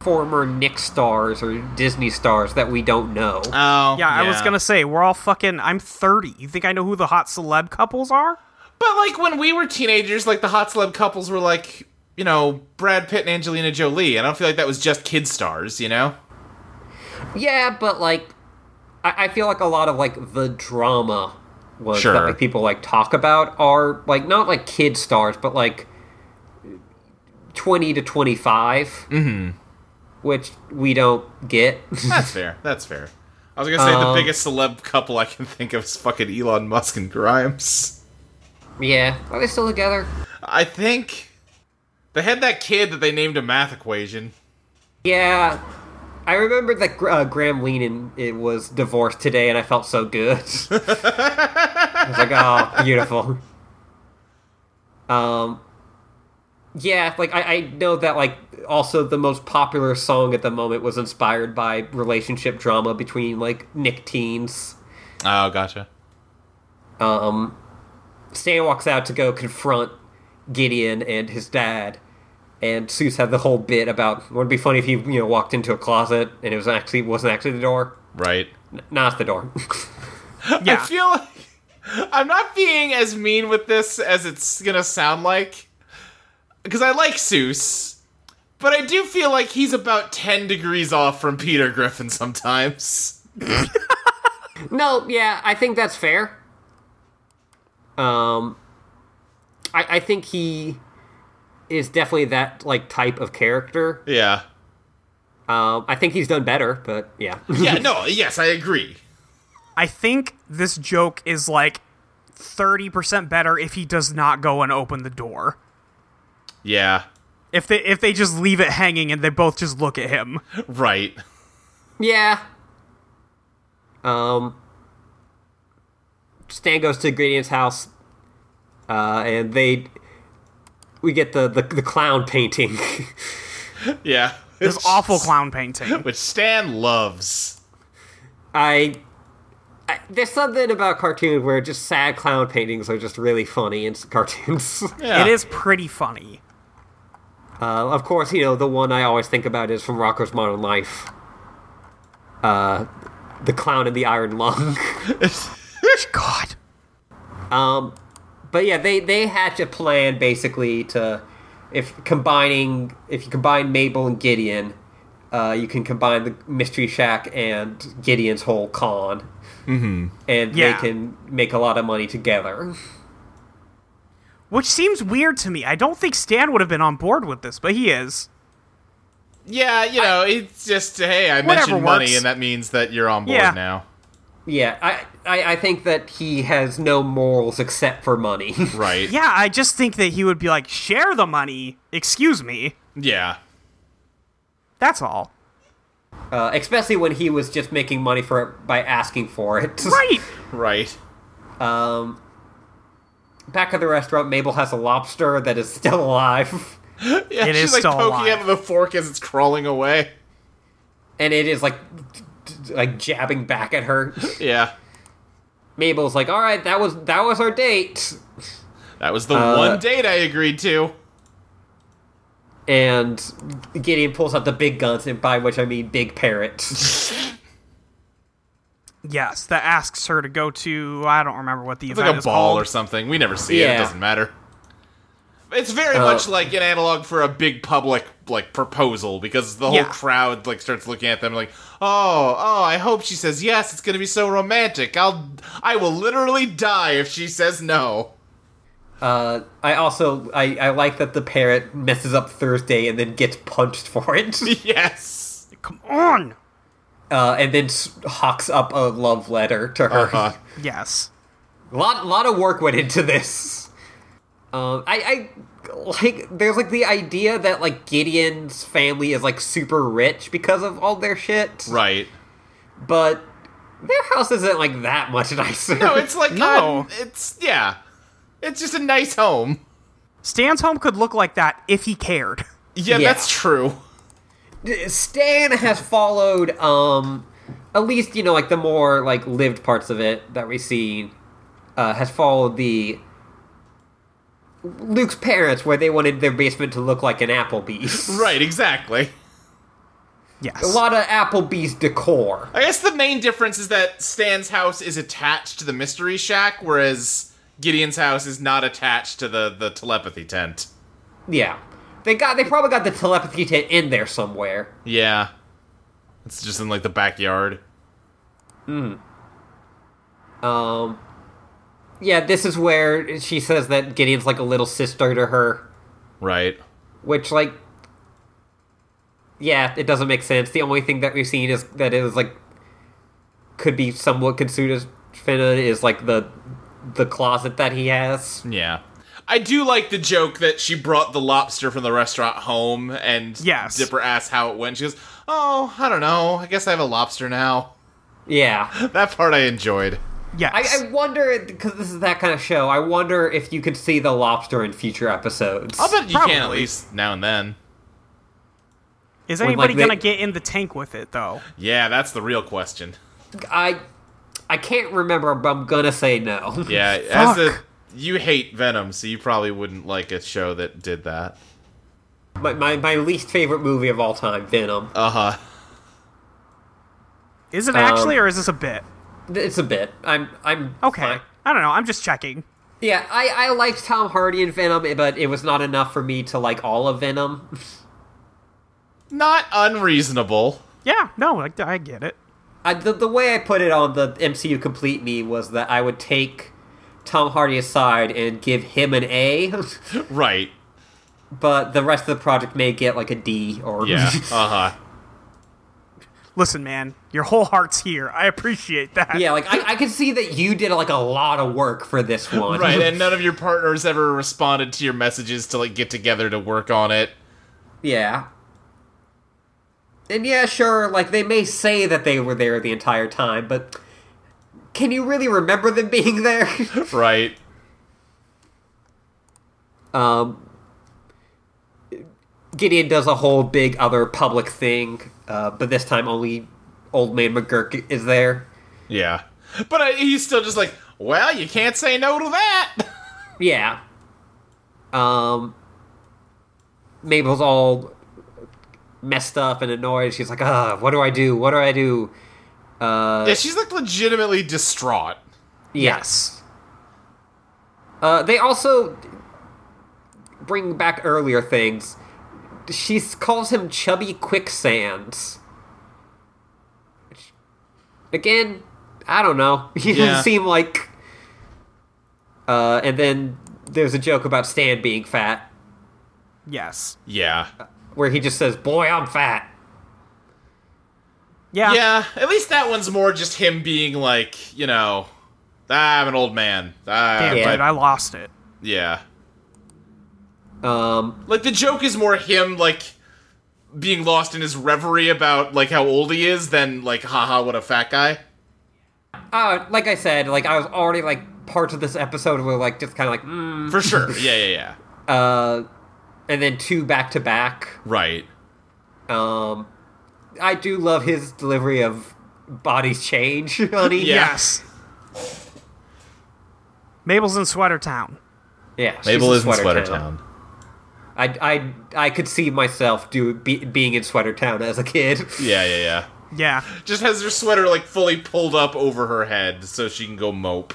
former Nick stars or Disney stars that we don't know.
Oh,
Yeah, I was gonna say we're all fucking. I'm 30. You think I know who the hot celeb couples are?
But like when we were teenagers, like the hot celeb couples were like, you know, Brad Pitt and Angelina Jolie. I don't feel like that was just kid stars, you know?
Yeah, but like, I, I feel like a lot of like the drama was
Sure.
that like people like talk about are like not like kid stars, but like twenty to twenty mm-hmm. which we don't get.
That's fair. That's fair. I was gonna say
Um,
the biggest celeb couple I can think of is fucking Elon Musk and Grimes.
yeah, are they still together?
I think they had that kid that they named a math equation.
Yeah. I remember that Gr- uh, Graham Leanin it was divorced today, and I felt so good. I was like, oh, beautiful. Um, yeah, like I, I know that like also the most popular song at the moment was inspired by relationship drama between like Nick teens.
Oh, gotcha.
Um, Stan walks out to go confront Gideon and his dad, and Seuss had the whole bit about wouldn't it be funny if he you know walked into a closet and it was actually wasn't actually the door.
Right.
N- Nah, it's the door.
Yeah,
I feel like I'm not being as mean with this as it's gonna sound like. Because I like Seuss, but I do feel like he's about 10 degrees off from Peter Griffin sometimes.
no, yeah, I think that's fair. Um, I I think he is definitely that like type of character.
Yeah.
Um, I think he's done better, but yeah,
Yeah, no, yes, I agree.
I think this joke is like 30 percent better if he does not go and open the door.
Yeah.
If they if they just leave it hanging and they both just look at him.
Right.
Yeah. Um. Stan goes to Gideon's house, uh, and they we get the the, the clown painting.
Yeah.
This awful clown painting.
Which Stan loves.
I, I there's something about cartoons where just sad clown paintings are just really funny in s- cartoons.
Yeah.
It is pretty funny.
Uh, of course, you know the one I always think about is from Rocker's Modern Life. Uh, the clown in the iron lung.
God.
Um, but yeah, they they hatch a plan basically to if combining if you combine Mabel and Gideon, uh, you can combine the Mystery Shack and Gideon's whole con, mm-hmm. and
Yeah.
they can make a lot of money together.
Which seems weird to me. I don't think Stan would have been on board with this, but he is.
Yeah, you know, it's just, hey, I
Whatever
mentioned money,
works.
and that means that you're on board
Yeah.
now.
Yeah, I, I I think that he has no morals except for money.
Right.
Yeah, I just think that he would be like, share the money. Excuse me.
Yeah.
That's all.
uh, especially when he was just making money for it by asking for it.
Right.
Right.
Um, back at the restaurant, Mabel has a lobster that is still alive,
Yeah,
It is
she's like
still
poking
alive.
out of the fork as it's crawling away.
and it is like t- t- like jabbing back at her.
Yeah,
Mabel's like, "All right, that was that was our date,"
that was the
Uh,
one date I agreed to.
and Gideon pulls out the big guns, and by which I mean big parrot.
Yes, that asks her to go to. I don't remember what the
It's
event
like a
is
ball
called.
or something. We never see it. It
Yeah.
doesn't matter. It's very much like an analog for a big public like proposal because the whole
Yeah.
crowd like starts looking at them like, "Oh, oh, I hope she says yes. It's going to be so romantic. I'll I will literally die if she says no."
Uh, I also I, I like that the parrot messes up Thursday and then gets punched for it,
Yes.
Come on.
uh, and then s- hawks up a love letter to her.
Uh,
Yes.
lot lot of work went into this. Um, I, I like there's like the idea that like Gideon's family is like super rich because of all their shit,
right.
but their house isn't like that much nicer.
No, it's like
No.
no. it's yeah. It's just a nice home.
Stan's home could look like that if he cared.
Yeah,
Yeah.
that's true.
Stan has followed um at least you know like the more like lived parts of it that we see uh has followed the Luke's parents where they wanted their basement to look like an Applebee's.
Right, exactly.
Yes.
A lot of Applebee's decor.
I guess the main difference is that Stan's house is attached to the mystery shack, whereas Gideon's house is not attached to the, the telepathy tent.
Yeah. They got they probably got the telepathy tent in there somewhere.
Yeah. It's just in like the backyard.
Um Yeah, this is where she says that Gideon's like a little sister to her,
Right.
which like Yeah, it doesn't make sense. The only thing that we've seen is that it was like could be somewhat considered as Finna is like the the closet that he has.
Yeah. I do like the joke that she brought the lobster from the restaurant home and
Yes.
Dipper asked how it went. She goes, Oh, I don't know. I guess I have a lobster now.
Yeah.
That part I enjoyed.
yes.
I, I wonder because this is that kind of show. I wonder if you could see the lobster in future episodes.
I'll bet you can at
Probably.
least now and then.
is
like,
anybody
they-
gonna get in the tank with it though?
Yeah, that's the real question.
I I can't remember, but I'm gonna say no.
Yeah, as a
Fuck.
you hate Venom, so you probably wouldn't like a show that did that.
My, my my least favorite movie of all time, Venom.
Uh huh.
Is it actually, or is this a bit?
It's a bit. I'm I'm
Okay.
fine.
I don't know. I'm just checking.
Yeah, I I liked Tom Hardy in Venom, but it was not enough for me to like all of Venom.
Not unreasonable.
Yeah. No. I, I get it.
I, the the way I put it on the MCU Complete Me was that I would take Tom Hardy aside and give him an A,
Right.
but the rest of the project may get like a D or
Yeah. uh huh.
Listen, man. Your whole heart's here. I appreciate that.
Yeah, like I, I can see that you did like a lot of work for this one.
Right, and none of your partners ever responded to your messages to like get together to work on it.
Yeah. And yeah, sure, like they may say that they were there the entire time, but can you really remember them being there?
Right.
um Gideon does a whole big other public thing, uh, but this time only old man McGurk is there.
Yeah. But uh, he's still just like, well, you can't say no to that.
Yeah. Um Mabel's all messed up and annoyed. She's like, "Ah, what do I do? What do I do?" Uh
yeah, she's like legitimately distraught.
Yes. Uh, they also bring back earlier things. She s- calls him Chubby Quicksands. Which- Again, I don't know. He
Yeah.
doesn't seem like. Uh, and then there's a joke about Stan being fat,
Yes.
Yeah.
where he just says, Boy, I'm fat.
Yeah.
Yeah, at least that one's more just him being like, you know, "Ah, I'm an old man. Ah,
Damn,
Yeah.
but-
dude. I lost it.
yeah.
Um,
Like the joke is more him like being lost in his reverie about like how old he is than like haha what a fat guy.
uh, like I said, like I was already like parts of this episode were like just kind of like, mm.
for sure. Yeah, yeah, yeah.
uh, and then two back to back.
Right.
Um, I do love his delivery of bodies change, honey.
Yeah.
Yes. Mabel's in Sweater Town.
yeah. she's
Mabel is in Sweater
Town.
Town.
I, I, I could see myself do be, being in Sweater Town as a kid.
Yeah, yeah, yeah.
Yeah.
Just has her sweater like fully pulled up over her head so she can go mope.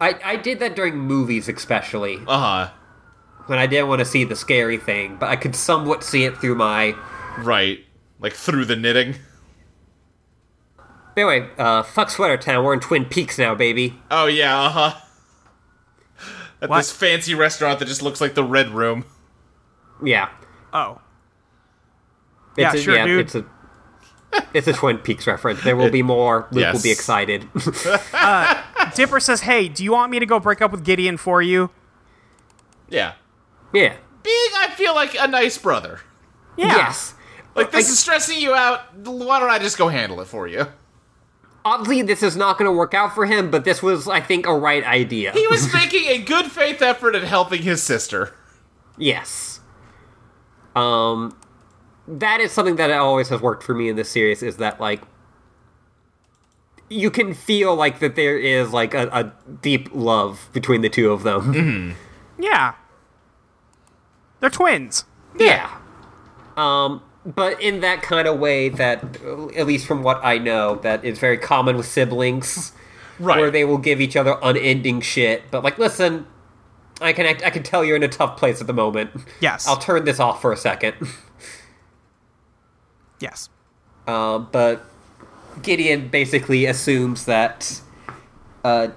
I, I did that during movies, especially
Uh huh.
when I didn't want to see the scary thing, but I could somewhat see it through my.
Right. Like through the knitting.
Anyway, uh, fuck Sweater Town. We're in Twin Peaks now, baby.
Oh yeah, uh huh. At
What?
this fancy restaurant that just looks like the Red Room.
Yeah.
Oh.
It's
Yeah,
a,
sure, dude.
It's a, it's a Twin Peaks reference. There will be more. Luke will be
Yes.
excited.
Dipper says, "Hey, do you want me to go break up with Gideon for you?"
Yeah.
yeah.
Being, I feel like a nice brother.
Yeah.
Yes.
Like this
Like-
is stressing you out. Why don't I just go handle it for you?
Oddly, this is not going to work out for him, but this was, I think, a right idea.
He was making a good faith effort at helping his sister.
Yes. Um, that is something that always has worked for me in this series is that like you can feel like that there is like a, a deep love between the two of them.
Mm-hmm.
Yeah. They're twins.
Yeah. Um, but in that kind of way that, at least from what I know, that is very common with siblings,
Right.
where they will give each other unending shit. But like, listen, I can act, I can tell you're in a tough place at the moment.
Yes.
I'll turn this off for a second.
yes.
Uh, but Gideon basically assumes that uh,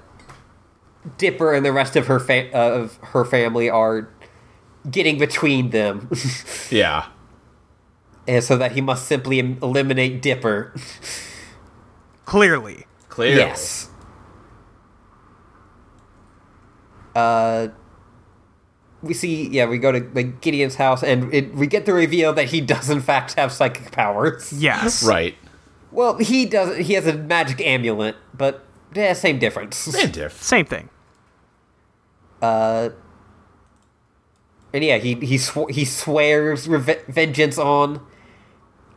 Dipper and the rest of her fa- of her family are getting between them,
yeah.
and so that he must simply em- eliminate Dipper.
Clearly.
Clear.
Yes. Uh, we see. Yeah, we go to like Gideon's house, and it, we get the reveal that he does in fact have psychic powers.
Yes.
Right.
Well, he does. He has a magic amulet, but yeah, same difference.
And if
Same thing.
And yeah, he he sw- he swears reve- vengeance on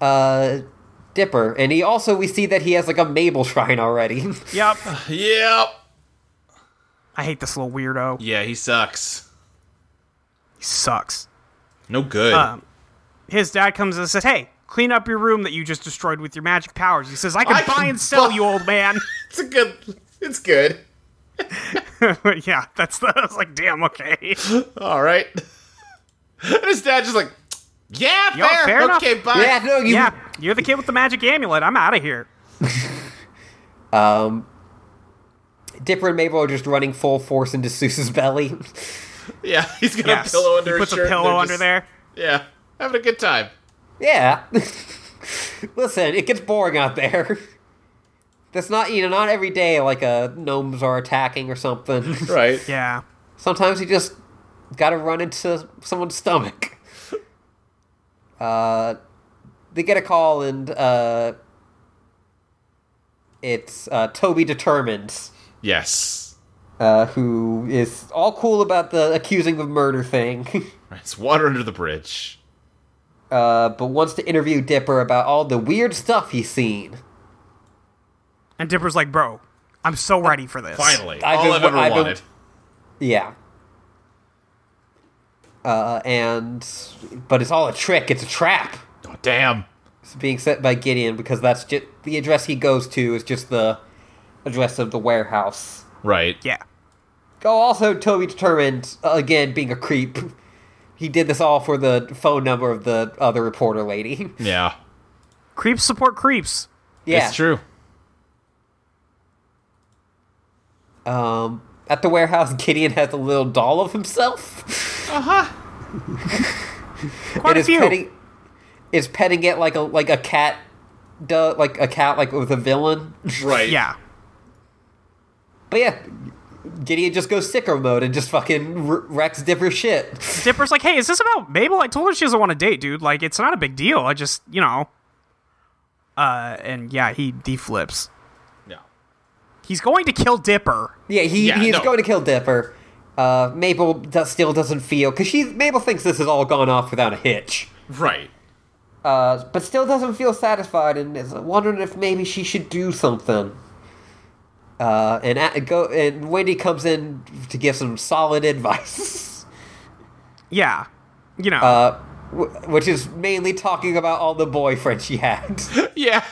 uh Dipper, and he also we see that he has like a Mabel shrine already.
Yep.
Yep.
I hate this little weirdo.
Yeah, he sucks.
He sucks.
No good.
Um, his dad comes and says, "Hey, clean up your room that you just destroyed with your magic powers." He says, "I can
I
buy
can
and sell
buy-
you, old man."
it's a good. It's good.
yeah, that's the. I was like, "Damn, okay."
All right. and his dad just like, yeah,
Yeah,
fair.
fair enough.
okay, bye.
yeah, no, you
yeah, you're the kid with the magic amulet. I'm out of here.
um Dipper and Mabel are just running full force into Seuss's belly.
Yeah, he's got
Yes.
a pillow under
he
his
puts
shirt
a
and
pillow
they're
under
just-
there.
Yeah, having a good time.
yeah. Listen, it gets boring out there. That's not you know not every day like uh gnomes are attacking or something.
Right.
Yeah.
Sometimes you just gotta run into someone's stomach. Uh, they get a call and uh, it's uh, Toby Determined,
Yes.
uh, who is all cool about the accusing of murder thing,
Right, It's water under the bridge.
uh, but wants to interview Dipper about all the weird stuff he's seen.
And Dipper's like, "Bro, I'm so ready for this."
Finally,
I've
all
been-
I've ever
I've been-
wanted.
Yeah. Uh, and but it's all a trick. It's a trap.
Oh, damn.
being set by Gideon because that's just the address he goes to is just the address of the warehouse.
Right.
Yeah.
Oh, also Toby determined uh, again being a creep. He did this all for the phone number of the other reporter lady.
Yeah.
Creeps support creeps.
yeah,
It's true.
Um, at the warehouse, Gideon has a little doll of himself.
Uh huh.
Quite
It
a
is
few.
petting, is petting it like a like a cat, duh, like a cat like with a villain.
Right.
Yeah.
But yeah, Gideon just goes sicko mode and just fucking wr- wrecks Dipper's shit.
Dipper's like, hey, is this about Mabel? I told her she doesn't want a date, dude. Like, it's not a big deal. I just, you know. Uh, and yeah, he deflips.
Yeah.
He's going to kill Dipper.
Yeah, he,
Yeah,
he's
no.
going to kill Dipper. Uh, Mabel do- still doesn't feel because she Mabel thinks this has all gone off without a hitch,
Right.
uh, but still doesn't feel satisfied and is wondering if maybe she should do something. Uh, and a go and Wendy comes in to give some solid advice,
Yeah. You know.
uh, w- which is mainly talking about all the boyfriends she had.
Yeah.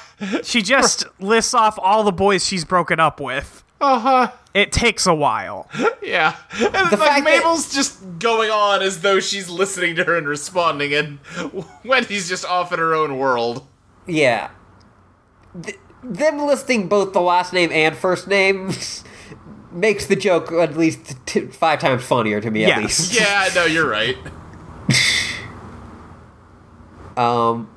She just lists off all the boys she's broken up with.
Uh huh.
It takes a while.
Yeah. And it's
fact that-
like Mabel's just going on as though she's listening to her and responding, and Wendy's just off in her own world.
Yeah. Th- them listing both the last name and first name makes the joke at least t- five times funnier to me, at
Yeah.
least.
Yeah, no, you're right.
Um,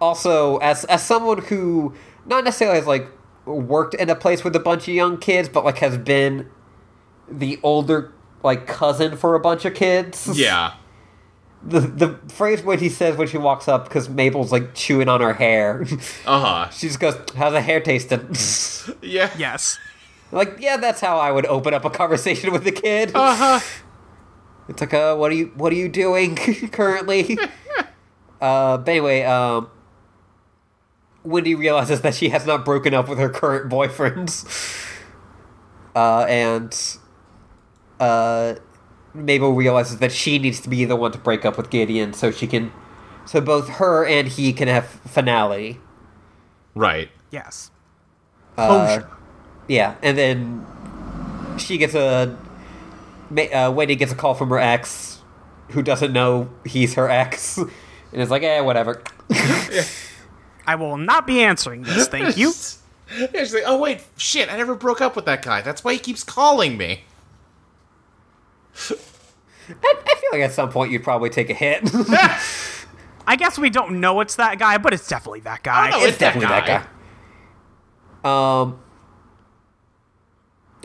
also, as as someone who not necessarily has like worked in a place with a bunch of young kids, but like has been the older like cousin for a bunch of kids.
Yeah.
The the phrase what he says when she walks up because Mabel's like chewing on her hair.
Uh huh.
she just goes, "How's the hair tasted?"
Yeah.
Yes.
Like, yeah, that's how I would open up a conversation with a kid.
Uh huh.
It's like, uh, what are you, what are you doing currently? uh, but anyway, um, Wendy realizes that she has not broken up with her current boyfriends. Uh, and, uh, Mabel realizes that she needs to be the one to break up with Gideon so she can, so both her and he can have finality.
Right.
Yes.
Uh,
Closure.
Yeah, and then she gets a Ma- uh, Wendy gets a call from her ex, who doesn't know he's her ex, and is like, eh, whatever.
I will not be answering this, thank you.
Yeah, she's like, oh, wait, shit, I never broke up with that guy. That's why he keeps calling me.
I, I feel like at some point you'd probably take a hit. it's
I guess we don't know it's that guy, but it's definitely that guy.
Oh, no, it's- that
definitely that
guy.
guy. Um,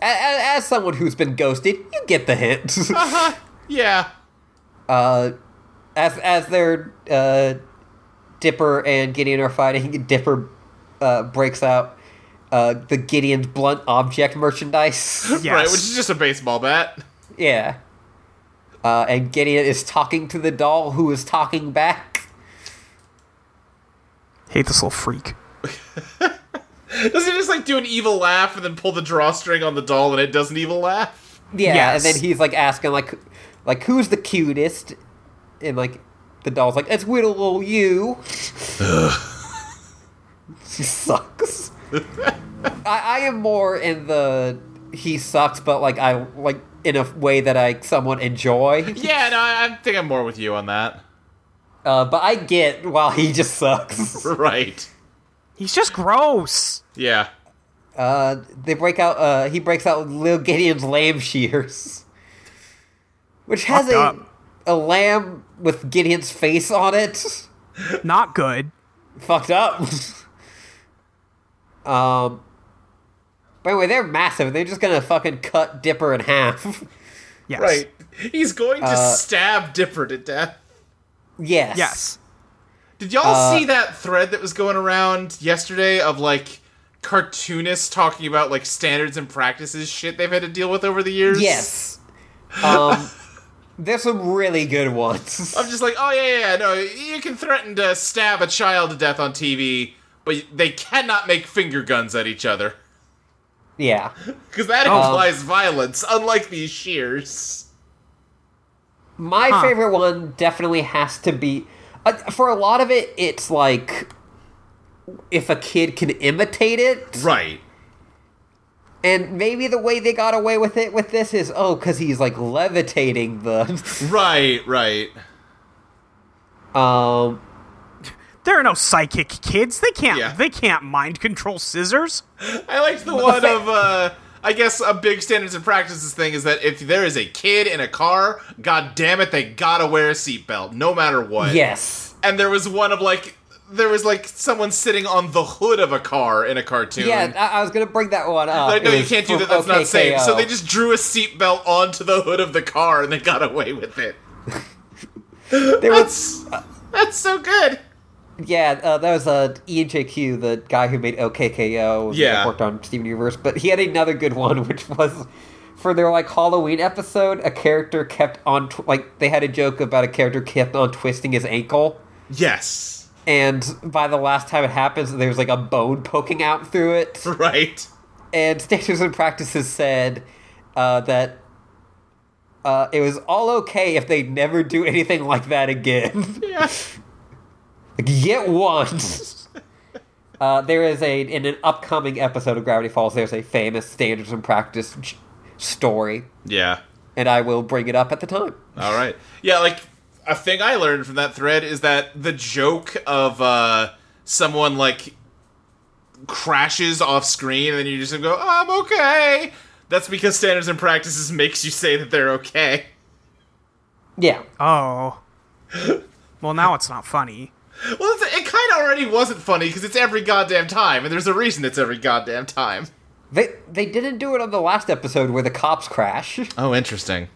a- a- as someone who's been ghosted, you get the hint.
Uh-huh. Yeah.
uh, as as their uh, Dipper and Gideon are fighting, Dipper uh, breaks out uh, the Gideon's blunt object merchandise.
Yes.
Right, which is just a baseball bat.
yeah, uh, and Gideon is talking to the doll, who is talking back.
Hate this little freak.
Does he just like do an evil laugh and then pull the drawstring on the doll and it does an evil laugh?
Yeah, and
Yes.
then he's like asking like like who's the cutest, and like the doll's like it's little you. she sucks. I, I am more in the he sucks, but like I like in a way that I somewhat enjoy.
Yeah, no, I, I think I'm more with you on that.
Uh, but I get while he just sucks.
Right.
He's just gross.
Yeah.
Uh, they break out. Uh, he breaks out Lil Gideon's lamb shears, which has
Fucked
a
up.
a lamb with Gideon's face on it.
Not good.
fucked up. um. By the way, they're massive. They're just gonna fucking cut Dipper in half.
Yes.
Right. He's going to stab Dipper to death.
yes.
Yes.
Did y'all see that thread that was going around yesterday of like cartoonists talking about like standards and practices shit they've had to deal with over the years?
Yes. Um. there's some really good ones.
I'm just like, oh yeah, yeah, yeah, no, you can threaten to stab a child to death on TV, but they cannot make finger guns at each other
Yeah.
because that implies violence, unlike these shears.
My
Huh.
favorite one definitely has to be. Uh, for a lot of it, it's like if a kid can imitate it,
Right.
and maybe the way they got away with it with this is oh, because he's like levitating the.
Right, right.
um.
There are no psychic kids. They can't
Yeah.
they can't mind control scissors.
I liked the one
fa-
of uh I guess a big standards and practices thing is that if there is a kid in a car, god damn it, they gotta wear a seatbelt, no matter what.
Yes.
And there was one of like there was like someone sitting on the hood of a car in a cartoon.
Yeah, uh, I, I was gonna bring that one up.
Like, no,
It
you
was
can't do
from
that. That's not safe. So
OKKO.
they just drew a seatbelt onto the hood of the car and they got away with it.
there was
That's that's so good.
yeah, uh, that was uh, Ian J. Q, the guy who made OKKO. And
Yeah.
worked on Steven Universe, but he had another good one, which was for their like Halloween episode. A character kept on tw- like they had a joke about a character kept on twisting his ankle,
Yes.
and by the last time it happens, there was like a bone poking out through it.
Right.
and standards and practices said uh, that uh, it was all okay if they never do anything like that again.
Yeah.
like, yet once. Uh, there is a in an upcoming episode of Gravity Falls. There's a famous standards and practice ch- story,
Yeah.
and I will bring it up at the time.
All right. Yeah, like a thing I learned from that thread is that the joke of uh someone like crashes off screen and then you just go, "I'm okay." That's because standards and practices makes you say that they're okay.
Yeah,
Oh. Well, now it's not funny.
Well, it's, it kind of already wasn't funny because it's every goddamn time, and there's a reason it's every goddamn time.
they they didn't do it on the last episode where the cops crash.
Oh, interesting.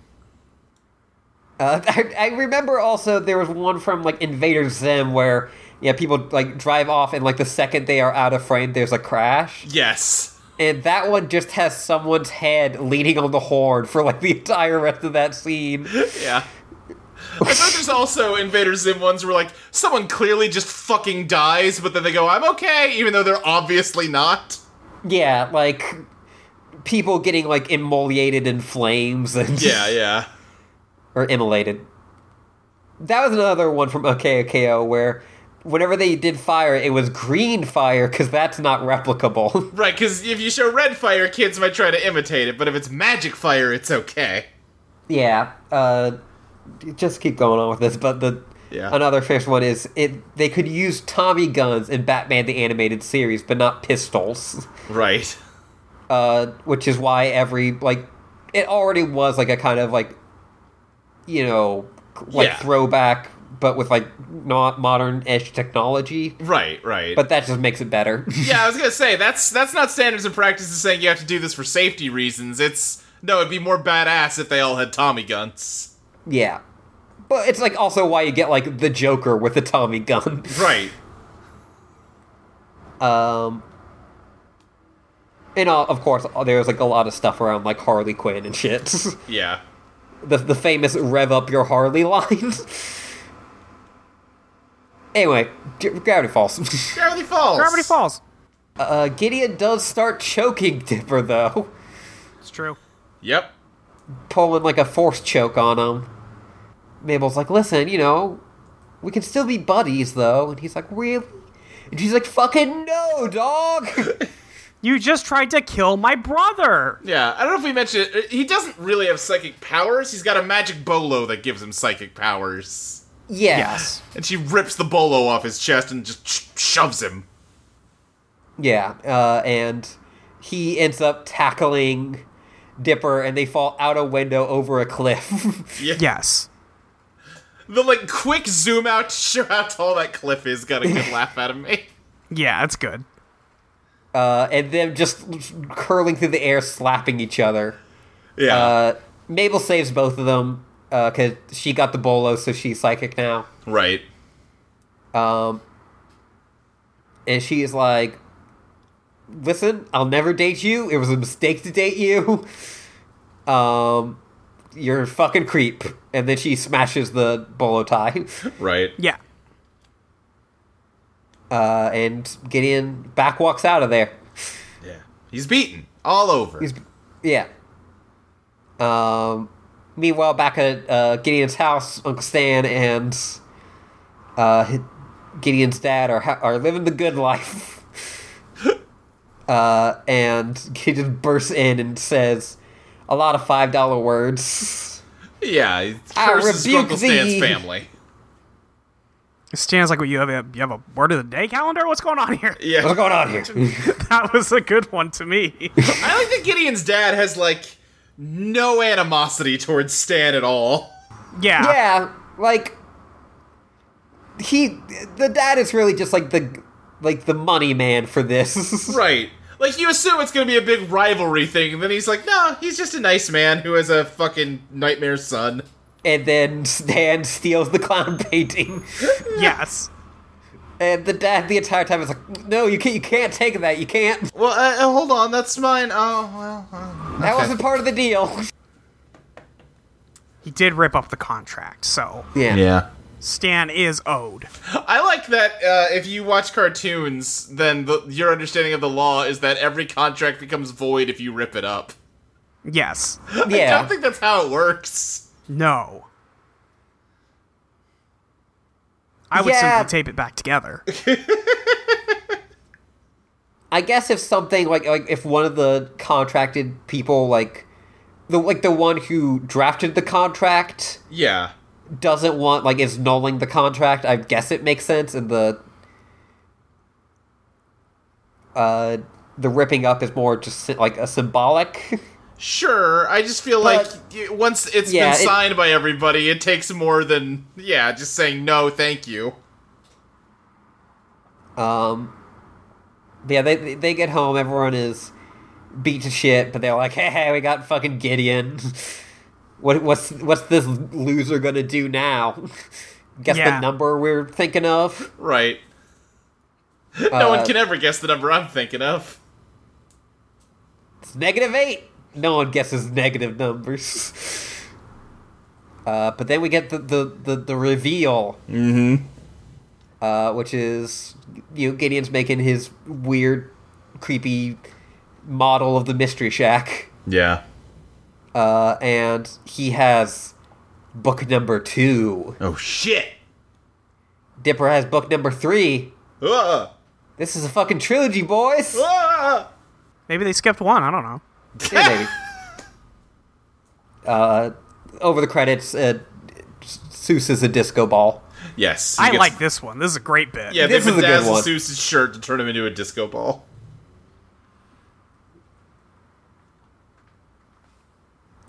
Uh, I, I remember also there was one from like Invader Zim where yeah people like drive off and like the second they are out of frame there's a crash
Yes.
and that one just has someone's head leaning on the horn for like the entire rest of that scene.
Yeah. I thought there's also Invader Zim ones where like someone clearly just fucking dies, but then they go, "I'm okay," even though they're obviously not.
Yeah, like people getting like immolated in flames and
Yeah, yeah.
or immolated. That was another one from OKOKO where whenever they did fire it was green fire because that's not replicable.
Right, because if you show red fire, kids might try to imitate it, but if it's magic fire, it's okay.
Yeah. Uh, just keep going on with this, but the
Yeah.
another first one is it. They could use Tommy guns in Batman the Animated Series, but not pistols,
Right.
uh, which is why every like it already was like a kind of like you know like
Yeah.
throwback, but with like not modern ish technology.
Right, right.
But that just makes it better.
yeah, I was gonna say that's that's not standards and practices saying you have to do this for safety reasons. It's no, it'd be more badass if they all had Tommy guns.
yeah. But it's like also why you get like the Joker with the Tommy gun.
Right.
Um, and uh, of course, there was like a lot of stuff around like Harley Quinn and shit.
Yeah.
the the famous "rev up your Harley" line. anyway, G- Gravity Falls.
Gravity Falls.
Gravity Falls.
uh, Gideon does start choking Dipper though,
It's true.
Yep.
pulling like a force choke on him. Mabel's like, "Listen, you know, we can still be buddies though," and he's like, "Really?" And she's like, "Fucking no, dog."
You just tried to kill my brother.
Yeah, I don't know if we mentioned it. He doesn't really have psychic powers. He's got a magic bolo that gives him psychic powers.
yes.
And she rips the bolo off his chest and just sh- shoves him.
Yeah, uh, and he ends up tackling Dipper, and they fall out a window over a cliff.
Yes.
The like quick zoom out to show how tall that cliff is got a good laugh out of me.
Yeah, that's good.
uh, and them just curling through the air, slapping each other.
Yeah.
Uh, Mabel saves both of them because she got the bolo, so she's psychic now.
right.
Um, and she is like, "Listen, I'll never date you. It was a mistake to date you. Um, you're a fucking creep." And then she smashes the bolo tie,
Right.
Yeah.
uh, and Gideon back walks out of there.
Yeah. He's beaten all over.
He's, yeah. Um, meanwhile, back at uh, Gideon's house, Uncle Stan and uh, hi- Gideon's dad are ha- are living the good life. uh, and Gideon bursts in and says a lot of five dollar words.
yeah. He
I
curses
Ah, rebuke
Uncle Stan's
thee.
family.
Stan's like, "What you have a you have a word of the day calendar? What's going on here?"
What's
Yeah.
going on here?
That was a good one to me.
I like that Gideon's dad has like no animosity towards Stan at all.
Yeah.
yeah, like he, the dad is really just like the like the money man for this.
Right. Like you assume it's gonna be a big rivalry thing, and then he's like, no, he's just a nice man who has a fucking nightmare son.
and then Stan steals the clown painting
Yes.
And the dad the entire time is like, no, you can't, you can't take that. You can't.
Well, uh, uh, hold on, that's mine. Oh, well. uh,
That
okay.
wasn't part of the deal.
He did rip up the contract, so
Yeah.
Yeah.
Stan is owed.
I like that uh, if you watch cartoons, then the, your understanding of the law is that every contract becomes void if you rip it up.
Yes.
I
Yeah.
don't think that's how it works.
No. I would
Yeah.
simply tape it back together.
I guess if something like like if one of the contracted people like the like the one who drafted the contract
Yeah.
doesn't want like is nulling the contract, I guess it makes sense and the uh the ripping up is more just sy- like a symbolic
Sure, I just feel
But-
like y- once it's
Yeah,
been
it-
signed by everybody, it takes more than, yeah, just saying no, thank you.
um yeah, they- they they get home, everyone is beat to shit, but they're like, "Hey, hey we got fucking Gideon. What what's what's this loser going to do now?" Guess
Yeah.
the number we're thinking of.
Right. no one
Uh,
can ever guess the number I'm thinking of.
It's negative eight. No one guesses negative numbers. Uh, but then we get the the, the, the reveal, mm-hmm. uh, which is you know, Gideon's making his weird, creepy model of the mystery shack,
Yeah.
uh, and he has book number two.
Oh, shit.
Dipper has book number three.
Uh,
This is a fucking trilogy, boys.
uh.
Maybe they skipped one. I don't know.
Yeah, baby. uh, over the credits, uh, Seuss is a disco ball.
Yes. he
I
gets-
like this one. This is a great bit.
Yeah,
This
they
is a good
bedazzle
one.
Seuss's shirt to turn him into a disco ball.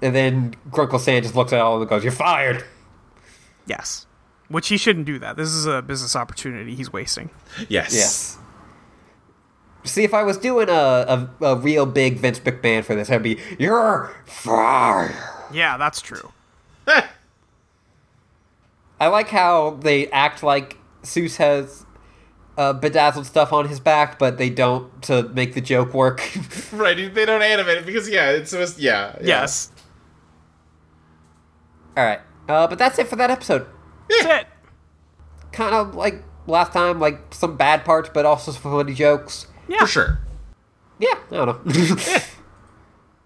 And then Grunkle Sand just looks at all of them and goes, You're fired.
Yes. Which he shouldn't do that. This is a business opportunity he's wasting.
Yes.
Yes. See, if I was doing a, a, a real big Vince McMahon for this, I'd be, You're fired.
Yeah, that's true.
I like how they act like Seuss has uh, bedazzled stuff on his back, but they don't to make the joke work.
Right. They don't animate it because yeah, it's supposed. Yeah. yeah.
Yes.
all right. Uh, but that's it for that episode.
That's it.
kind of like last time, like some bad parts, but also some funny jokes.
Yeah.
For sure.
Yeah, I don't know.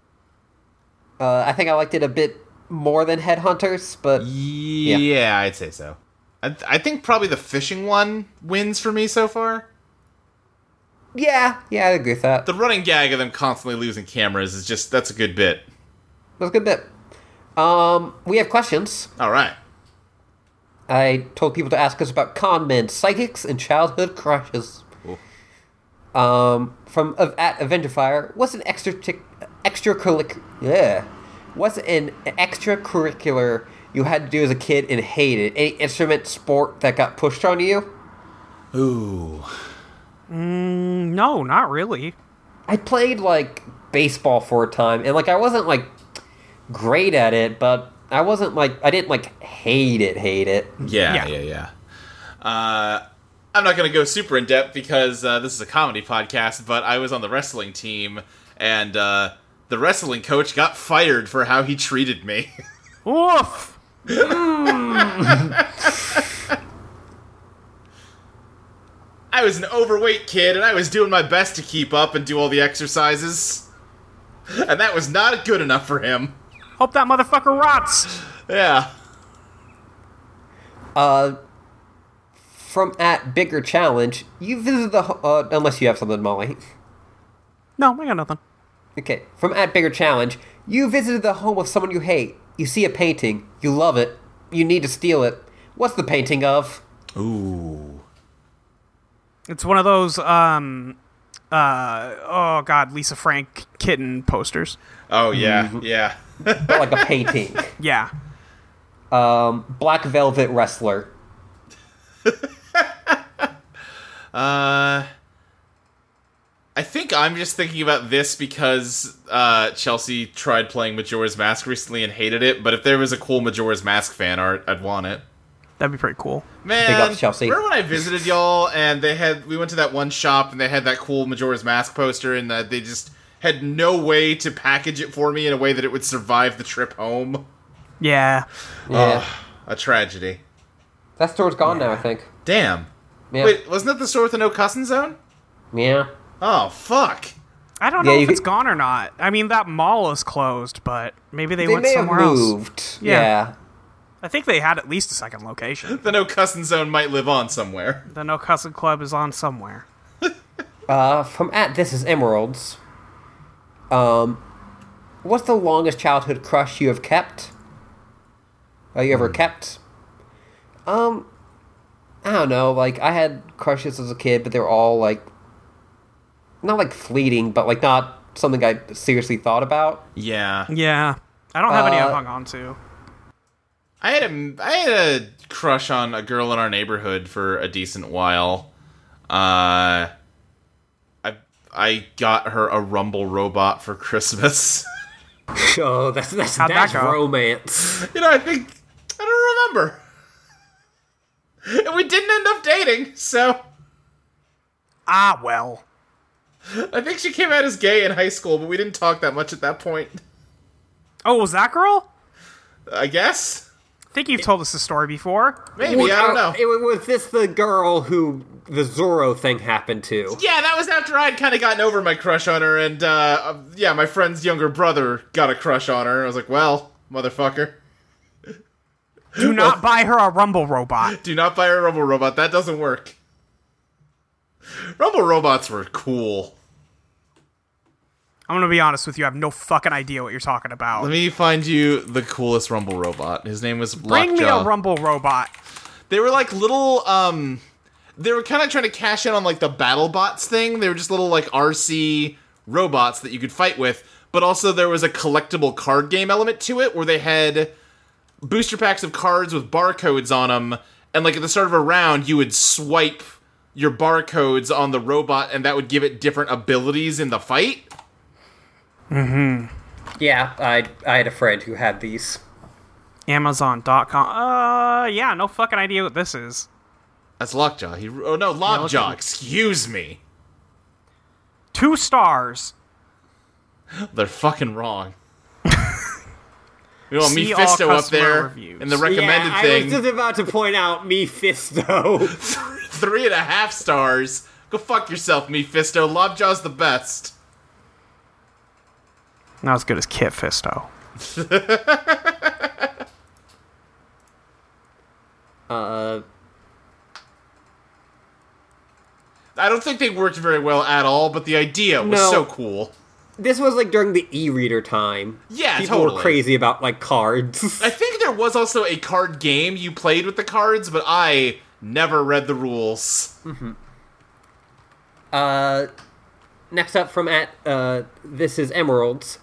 uh, I think I liked it a bit more than Headhunters, but
Yeah, I'd say so. I, I think probably the fishing one wins for me so far.
yeah, yeah, I agree with that.
The running gag of them constantly losing cameras is just that's a good bit.
That's a good bit. Um, we have questions.
All right.
I told people to ask us about con men, psychics, and childhood crushes. Um, from of at Avengerfire, what's an extra tic, extracurricular? Yeah, what's an extracurricular you had to do as a kid and hated? Any instrument, sport that got pushed on you?
Ooh.
No, not really.
I played like baseball for a time, and like I wasn't like great at it, but I wasn't like I didn't like hate it, hate it.
Yeah,
Yeah.
yeah, yeah. Uh, I'm not going to go super in depth because uh, this is a comedy podcast, but I was on the wrestling team, and uh, the wrestling coach got fired for how he treated me.
Woof.
I was an overweight kid, and I was doing my best to keep up and do all the exercises, and that was not good enough for him.
Hope that motherfucker rots.
Yeah.
Uh, from at bigger challenge, you visit the ho- uh, unless you have something, Molly.
No, I got nothing.
Okay, from at bigger challenge, you visited the home of someone you hate. You see a painting, you love it, you need to steal it. What's the painting of?
Ooh.
It's one of those um uh oh god, Lisa Frank kitten posters.
Oh yeah, yeah.
But like a painting.
Yeah.
Um, Black Velvet Wrestler.
Uh, I think I'm just thinking about this because uh, Chelsea tried playing Majora's Mask recently and hated it. But if there was a cool Majora's Mask fan art, I'd want it.
That'd be pretty cool.
Man,
Big up, Chelsea.
remember when I visited y'all and they had we went to that one shop and they had that cool Majora's Mask poster and that they just had no way to package it for me in a way that it would survive the trip home.
Yeah.
Yeah.
Ugh, a tragedy.
that store's gone now, I think.
Damn.
Yeah.
Wait, wasn't that the store with the no cussing zone?
Yeah.
Oh fuck.
I don't
Yeah,
know
you
if it's
could-
gone or not. I mean, that mall is closed, but maybe they,
They
went
may have
somewhere else.
moved.
Yeah.
Yeah.
I think they had at least a second location.
The no cussing zone might live on somewhere.
The No Cussing Club is on somewhere.
Uh, from at this is emeralds. Um, what's the longest childhood crush you have kept? Have you ever kept? Um, I don't know. Like I had crushes as a kid, but they were all like, not like fleeting, but like not something I seriously thought about.
Yeah.
Yeah. I don't have any I've
Uh,
hung on to.
I had a I had a crush on a girl in our neighborhood for a decent while. Uh, I I got her a Rumble robot for Christmas.
Oh, that's that's
How'd that that's go?
romance.
you know, I think I don't remember. And we didn't end up dating, so
Ah, well.
I think she came out as gay in high school, but we didn't talk that much at that point.
Oh, was that girl?
I guess
I think you've told us the story before.
maybe I don't know.
was this the girl who the Zorro thing happened to?
Yeah, that was after I'd kind of gotten over my crush on her, and uh, uh, yeah, my friend's younger brother got a crush on her. I was like, well, motherfucker,
Do not buy her a Rumble robot.
do not buy a Rumble robot. That doesn't work. Rumble robots were cool.
I'm going to be honest with you. I have no fucking idea what you're talking about.
Let me find you the coolest Rumble robot. His name was
Bring me
Lockjaw.
a Rumble robot.
They were like little um they were kind of trying to cash in on like the BattleBots thing. They were just little like RC robots that you could fight with, but also there was a collectible card game element to it where they had booster packs of cards with barcodes on them and like at the start of a round you would swipe your barcodes on the robot and that would give it different abilities in the fight.
Yeah, I I had a friend who had these.
Amazon.com. Uh, yeah, no fucking idea what this is.
That's Lockjaw. He oh no, Lockjaw, excuse me.
Two stars.
They're fucking wrong. you know,
See all
Mephisto up
customer
there
reviews.
in the recommended thing,
about to point out Mephisto.
three and a half stars. Go fuck yourself, Mephisto. Lobjaw's the best.
Not as good as Kit Fisto.
uh,
I don't think they worked very well at all, but the idea was
No.
so cool.
this was like during the e-reader time.
Yeah,
people
totally.
were crazy about like cards.
I think there was also a card game you played with the cards, but I never read the rules.
Uh, next up from at uh, this is Emeralds.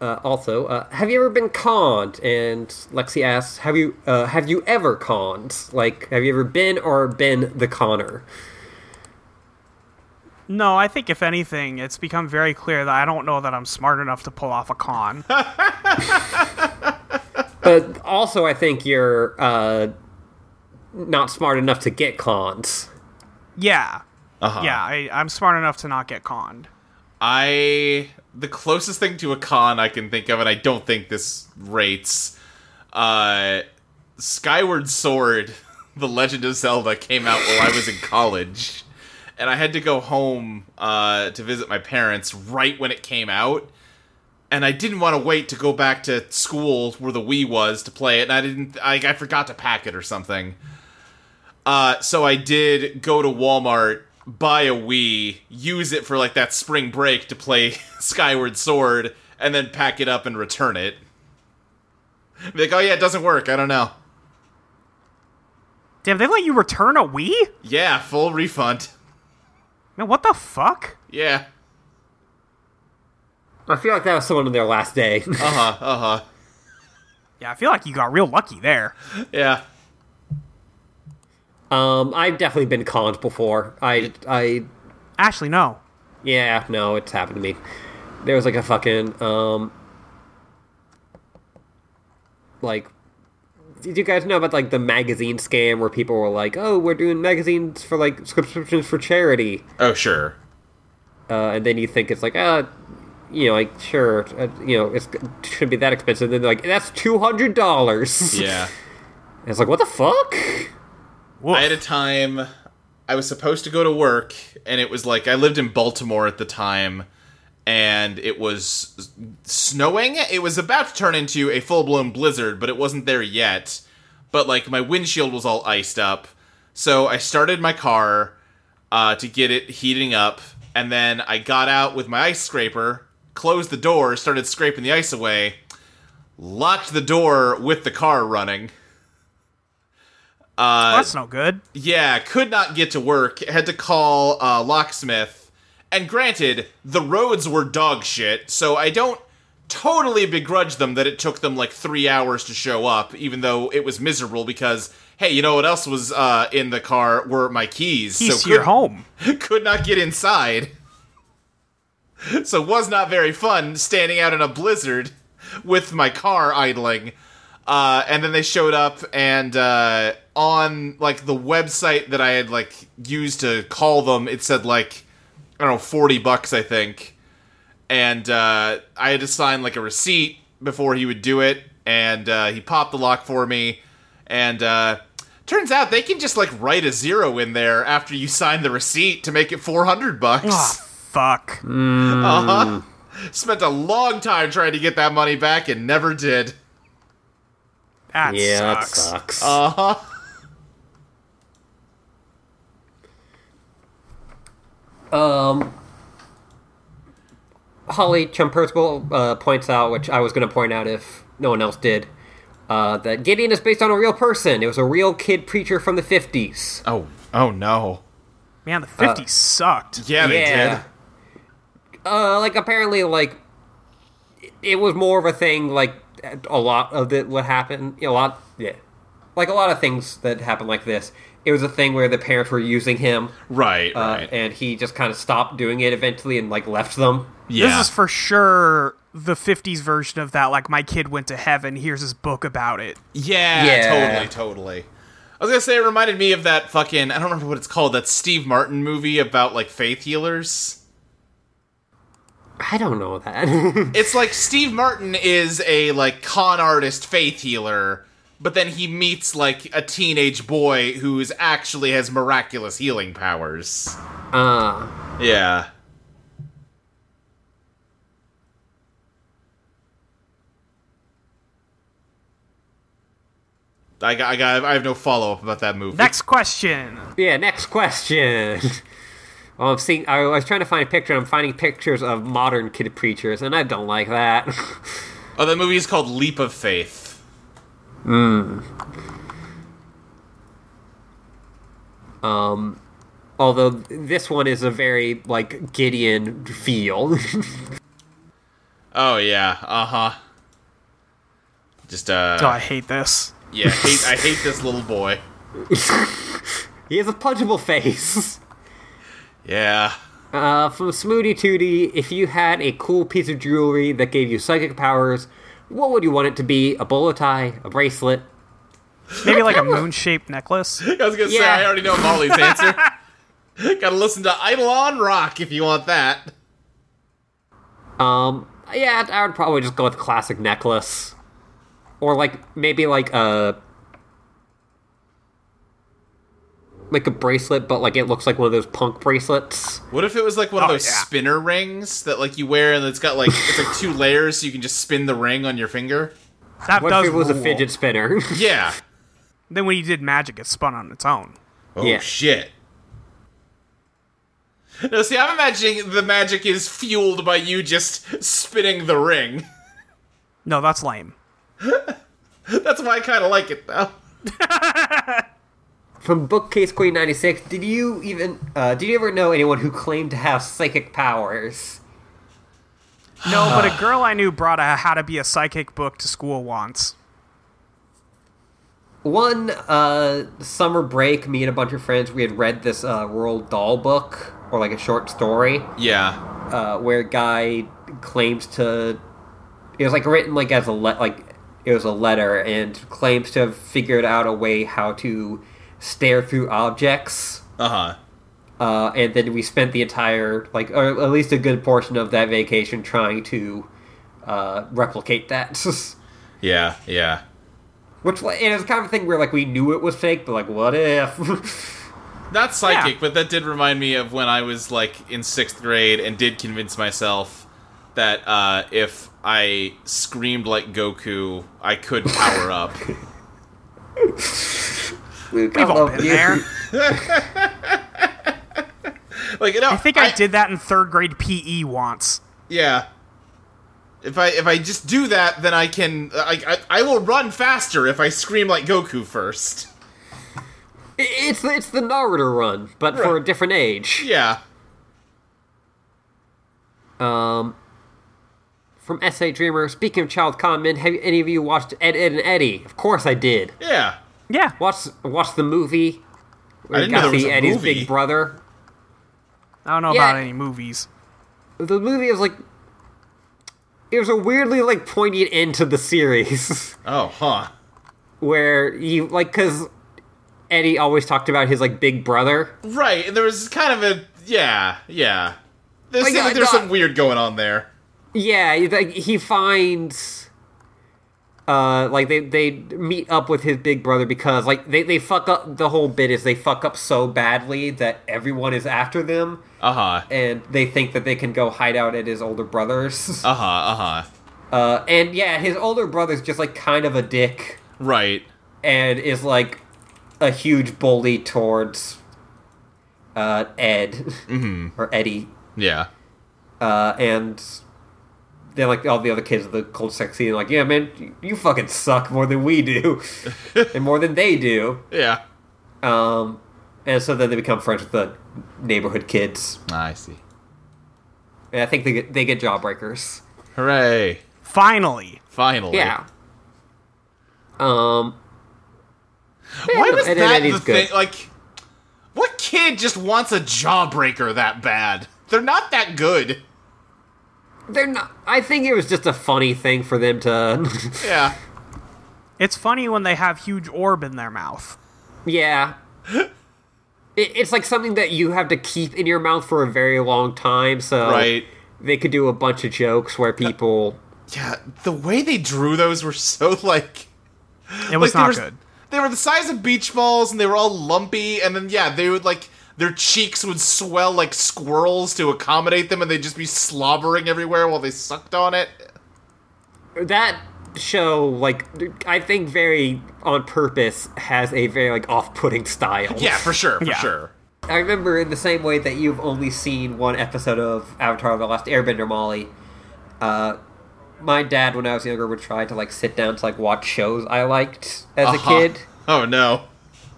Uh, also, uh, have you ever been conned? And Lexi asks, "Have you uh, have you ever conned? Like, have you ever been or been the conner?"
No, I think if anything, it's become very clear that I don't know that I'm smart enough to pull off a con.
But also, I think you're uh, not smart enough to get cons.
yeah.
Uh-huh.
Yeah, I, I'm smart enough to not get conned.
I the closest thing to a con I can think of, and I don't think this rates. Uh, Skyward Sword: The Legend of Zelda came out while I was in college, and I had to go home uh, to visit my parents right when it came out. And I didn't want to wait to go back to school where the Wii was to play it, and I didn't. I, I forgot to pack it or something. Uh, so I did go to Walmart, buy a Wii, use it for like that spring break to play Skyward Sword, and then pack it up and return it. Be like, oh yeah, it doesn't work. I don't know.
Damn, they let you return a Wii?
Yeah, full refund.
Man, what the fuck?
Yeah.
I feel like that was someone on their last day.
Uh huh. Uh huh.
Yeah, I feel like you got real lucky there.
Yeah.
um, I've definitely been conned before. I, I,
Actually, no.
yeah, no, it's happened to me. There was like a fucking, um, like, Did you guys know about like the magazine scam where people were like, "Oh, we're doing magazines for like subscriptions for charity,"
Oh, sure.
uh, and then you think it's like, uh, you know, like sure, uh, you know, it's, it shouldn't be that expensive. Then they're like, "That's two hundred dollars."
Yeah.
it's like, what the fuck?
Woof.
I had a time I was supposed to go to work and it was like I lived in Baltimore at the time and it was s- snowing. It was about to turn into a full-blown blizzard, but it wasn't there yet. But like my windshield was all iced up. So I started my car uh, to get it heating up and then I got out with my ice scraper, closed the door, started scraping the ice away, locked the door with the car running.
Well, that's no good.
Yeah, could not get to work. Had to call uh, locksmith. And granted, the roads were dog shit, so I don't totally begrudge them that it took them like three hours to show up, even though it was miserable because, hey, you know what else was uh, in the car were my keys.
Keys
so
to your
could-
home.
could not get inside. So was not very fun standing out in a blizzard with my car idling. Uh, and then they showed up and uh, on like the website that I had like used to call them, it said like I don't know forty bucks I think, and uh, I had to sign like a receipt before he would do it, and uh, he popped the lock for me, and uh, turns out they can just like write a zero in there after you sign the receipt to make it four hundred bucks.
Ah, fuck.
Uh-huh. Spent a long time trying to get that money back and never did.
That
yeah,
sucks.
that sucks.
Uh-huh.
Um, Holly Chumpercible uh, points out, which I was going to point out if no one else did, uh, that Gideon is based on a real person. It was a real kid preacher from the 50s.
Oh, oh no.
Man, the 50s sucked.
Yeah, they did.
Uh, like, apparently, like, it- it was more of a thing, like, a lot of the, what happened, a lot, yeah. Like, a lot of things that happened like this. It was a thing where the parents were using him,
Right,
uh,
right.
and he just kind of stopped doing it eventually and, like, left them.
yeah.
This is for sure the 50s version of that, like, my kid went to heaven, here's his book about it.
yeah,
Yeah.
totally, totally. I was gonna say it reminded me of that fucking I don't remember what it's called, that Steve Martin movie about like faith healers.
I don't know that.
It's like Steve Martin is a like con artist faith healer, but then he meets like a teenage boy who's actually has miraculous healing powers.
uh,
Yeah. I got, I got, I have no follow up about that movie.
Next question.
Yeah, next question. Well, I'm seeing. I was trying to find a picture. and I'm finding pictures of modern kid preachers, and I don't like that.
Oh, that movie is called Leap of Faith.
Although this one is a very like Gideon feel.
Oh yeah, uh huh. Just uh,
Oh, I hate this.
yeah, I hate, I hate this little boy.
he has a punchable face.
Yeah.
Uh, from Smooty Tootie, if you had a cool piece of jewelry that gave you psychic powers, what would you want it to be? A bolo tie, a bracelet?
Maybe like a moon shaped necklace.
I was gonna say
Yeah.
I already know Molly's answer. Gotta listen to Idle on Rock if you want that.
Um, yeah, I would probably just go with classic necklace, or like maybe like a like a bracelet, but like it looks like one of those punk bracelets.
What if it was like one of
Oh,
those
yeah.
spinner rings that like you wear and it's got like it's like two layers so you can just spin the ring on your finger?
That
What
does
if it was a
rule.
fidget spinner?
Yeah.
Then when you did magic, it spun on its own.
Oh
Yeah.
shit. No, see, I'm imagining the magic is fueled by you just spinning the ring.
No, that's lame.
That's why I kind of like it though.
From Bookcase Queen ninety six, did you even uh, did you ever know anyone who claimed to have psychic powers?
No, but a girl I knew brought a How to Be a Psychic book to school once.
One uh, summer break, me and a bunch of friends, we had read this uh, Roald Dahl book or like a short story.
Yeah.
uh, where a guy claims to it was like written like as a le- like it was a letter and claims to have figured out a way how to stare through objects.
Uh huh.
Uh, and then we spent the entire, like, or at least a good portion of that vacation trying to uh, replicate that.
Yeah, yeah.
Which, like, and it's kind of a thing where, like, we knew it was fake, but, like, what if?
Not psychic,
Yeah.
but that did remind me of when I was like in sixth grade and did convince myself that uh, if I screamed like Goku, I could power up.
We've
all been there.
like no,
I think I, did that in third grade PE once.
Yeah. If I if I just do that, then I can I I, I will run faster if I scream like Goku first.
It's, it's the Naruto run, but for a
Right.
different age.
Yeah.
Um, from SA Dreamer, speaking of child content, have any of you watched Ed, Ed, and Eddie? Of course I did.
Yeah.
Yeah.
Watch, watch the movie. Where
I
you
didn't know
got
there was
the
a
Eddie's
movie.
big brother.
I don't know
Yeah.
about any movies.
The movie is like, it was a weirdly like poignant end to the series.
Oh, huh.
where you like because Eddie always talked about his like big brother.
Right, and there was kind of a yeah, yeah. There
Like,
seemed
uh,
like
I
there's
got-
some weird going on there.
Yeah, he- like he finds. Uh, like they they meet up with his big brother because like they, they fuck up the whole bit is they fuck up so badly that everyone is after them
Uh huh.
and they think that they can go hide out at his older brother's
Uh huh. Uh huh.
uh and yeah his older brother's just like kind of a dick
Right.
and is like a huge bully towards uh, Ed or Eddie,
Yeah.
uh, and then like all the other kids of the cold sex scene, are like yeah, man, you- you fucking suck more than we do, and more than they do.
Yeah.
Um, and so then they become friends with the neighborhood kids,
I see.
and I think they get, they get jawbreakers.
Hooray!
Finally.
Finally.
Yeah. Um.
Why was
Ed, Ed,
that
Eddie's
the
good.
thing? Like, what kid just wants a jawbreaker that bad? They're not that good.
They're not. I think it was just a funny thing for them to
Yeah.
It's funny when they have huge orb in their mouth.
Yeah. It, it's like something that you have to keep in your mouth for a very long time, so
Right.
they could do a bunch of jokes where people
Yeah. The way they drew those were so like.
It was
like, they
not
were-
good.
They were the size of beach balls, and they were all lumpy. And then yeah, they would like their cheeks would swell like squirrels to accommodate them, and they'd just be slobbering everywhere while they sucked on it.
that show like I think very on purpose has a very like off-putting style.
Yeah, for sure, for
Yeah.
sure.
I remember in the same way that you've only seen one episode of Avatar The Last Airbender Molly, uh my dad when I was younger would try to like sit down to like watch shows I liked as a
Uh-huh.
kid.
Oh no.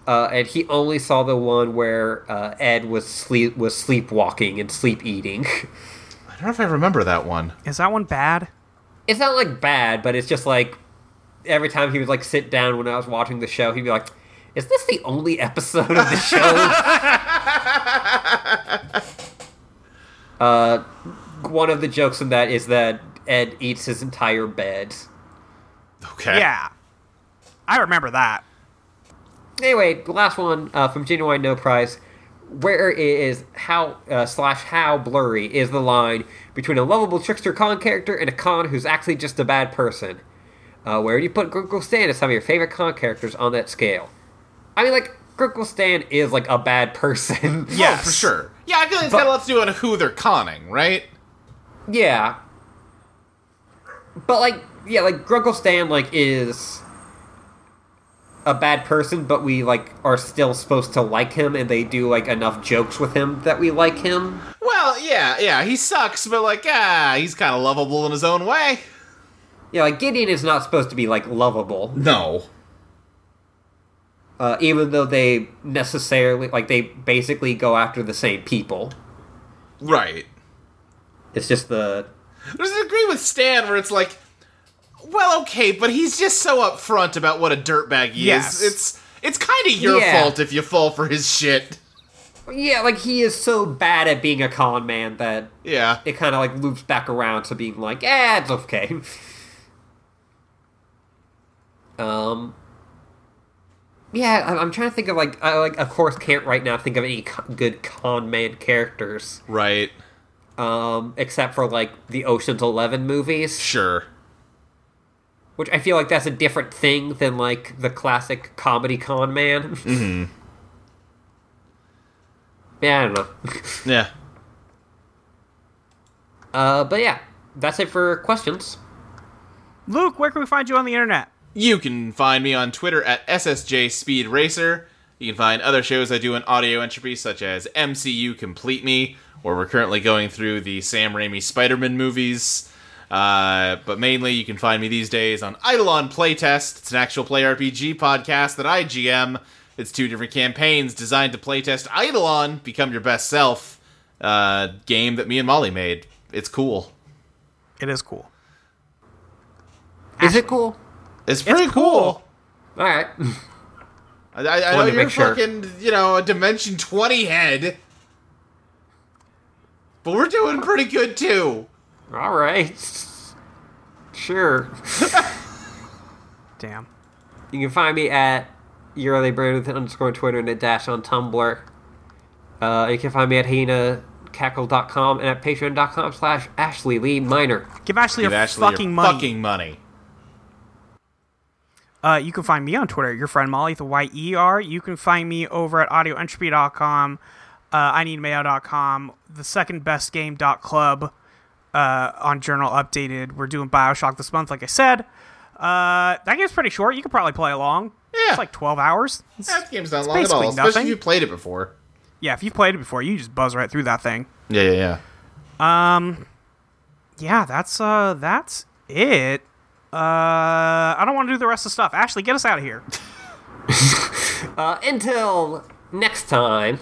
uh, and he only saw the one where uh, Ed was sleep was sleepwalking and sleep eating.
I don't know if I remember that one.
Is that one bad?
it's not like bad, but it's just like every time he would like sit down when I was watching the show, he'd be like, "Is this the only episode of the show?" uh, Uh, one of the jokes in that is that Ed eats his entire bed.
Okay.
Yeah. I remember that.
Anyway, the last one uh, from Genuine No Prize. Where is how uh, slash how blurry is the line between a lovable trickster con character and a con who's actually just a bad person? Uh, where do you put Grinkle Stan as some of your favorite con characters on that scale? I mean, like Grinkle Stan is like a bad person.
Yeah,
Yes.
Oh, for sure. Yeah, I feel like it's
But-
got a lot to do on who they're conning, right?
Yeah. But like yeah, like Grunkle Stan like is a bad person, but we like are still supposed to like him and they do like enough jokes with him that we like him.
Well, yeah, yeah, he sucks, but like, ah, he's kind of lovable in his own way.
Yeah, like Gideon is not supposed to be like lovable.
No.
Uh, even though they necessarily like they basically go after the same people.
Right.
It's just the
There's an agree with Stan where it's like, well, okay, but he's just so upfront about what a dirtbag he
Yes.
is. It's it's kind of your
Yeah.
fault if you fall for his shit.
Yeah, like he is so bad at being a con man that
Yeah.
it kind of like loops back around to being like, eh, it's okay. Um, yeah, I- I'm trying to think of like I like of course can't right now think of any co- good con man characters,
Right.
um, except for like the Ocean's Eleven movies,
Sure.
which I feel like that's a different thing than like the classic comedy con man. yeah, I don't know.
Yeah.
Uh, but yeah, that's it for questions.
Luke, where can we find you on the internet?
You can find me on Twitter at SSJ Speed Racer. You can find other shows I do in audio entropy, such as MCU Complete Me, where we're currently going through the Sam Raimi Spider Man movies. Uh, but mainly, you can find me these days on Eidolon Playtest. It's an actual play RPG podcast that I GM. It's two different campaigns designed to playtest Eidolon, Become Your Best Self, uh, game that me and Molly made. It's cool.
It is cool.
Is it cool?
It's pretty
cool.
All
cool.
right.
I, I, I
Wanted
know
to
you're
make sure.
fucking, you know, a dimension twenty head, but we're doing pretty good too.
All right. Sure.
Damn.
You can find me at your other brain with an underscore on Twitter and a dash on Tumblr. Uh, you can find me at hyenacackle.com and at patreon.com slash Ashley Lee Minor.
Give Ashley
Give
your
Ashley your
fucking money.
Fucking money.
Uh, you can find me on Twitter, your friend Molly, the Y-E-R. E You can find me over at audioentropy.com, uh, I need mail.com, the second best game dot club uh, on Journal Updated. We're doing Bioshock this month, like I said. Uh, that game's pretty short. You could probably play along.
Yeah.
It's like 12 hours. It's-
That game's not long at
basically
all, especially
nothing.
if you played it before.
yeah, if you've played it before, you just buzz right through that thing.
Yeah, yeah, yeah.
Yeah, that's uh, that's it. Uh, I don't want to do the rest of the stuff. Ashley, get us out of here.
Uh, until next time,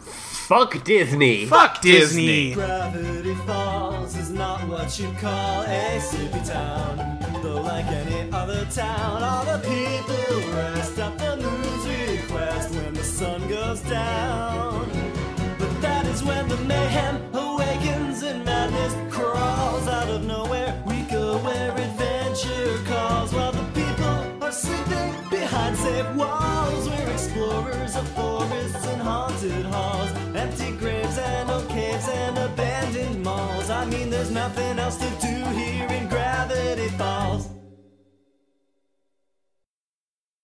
fuck Disney.
Fuck
Disney.
Gravity Falls is not what you'd call a sleepy town. Though, like any other town, all the people rest up their news request when the sun goes down. But that is when the mayhem awakens and madness crawls out of nowhere. We go where adventure calls while the people are sleeping behind safe walls. We're explorers of forests and haunted halls, empty graves and old caves and abandoned malls. I mean, there's nothing else to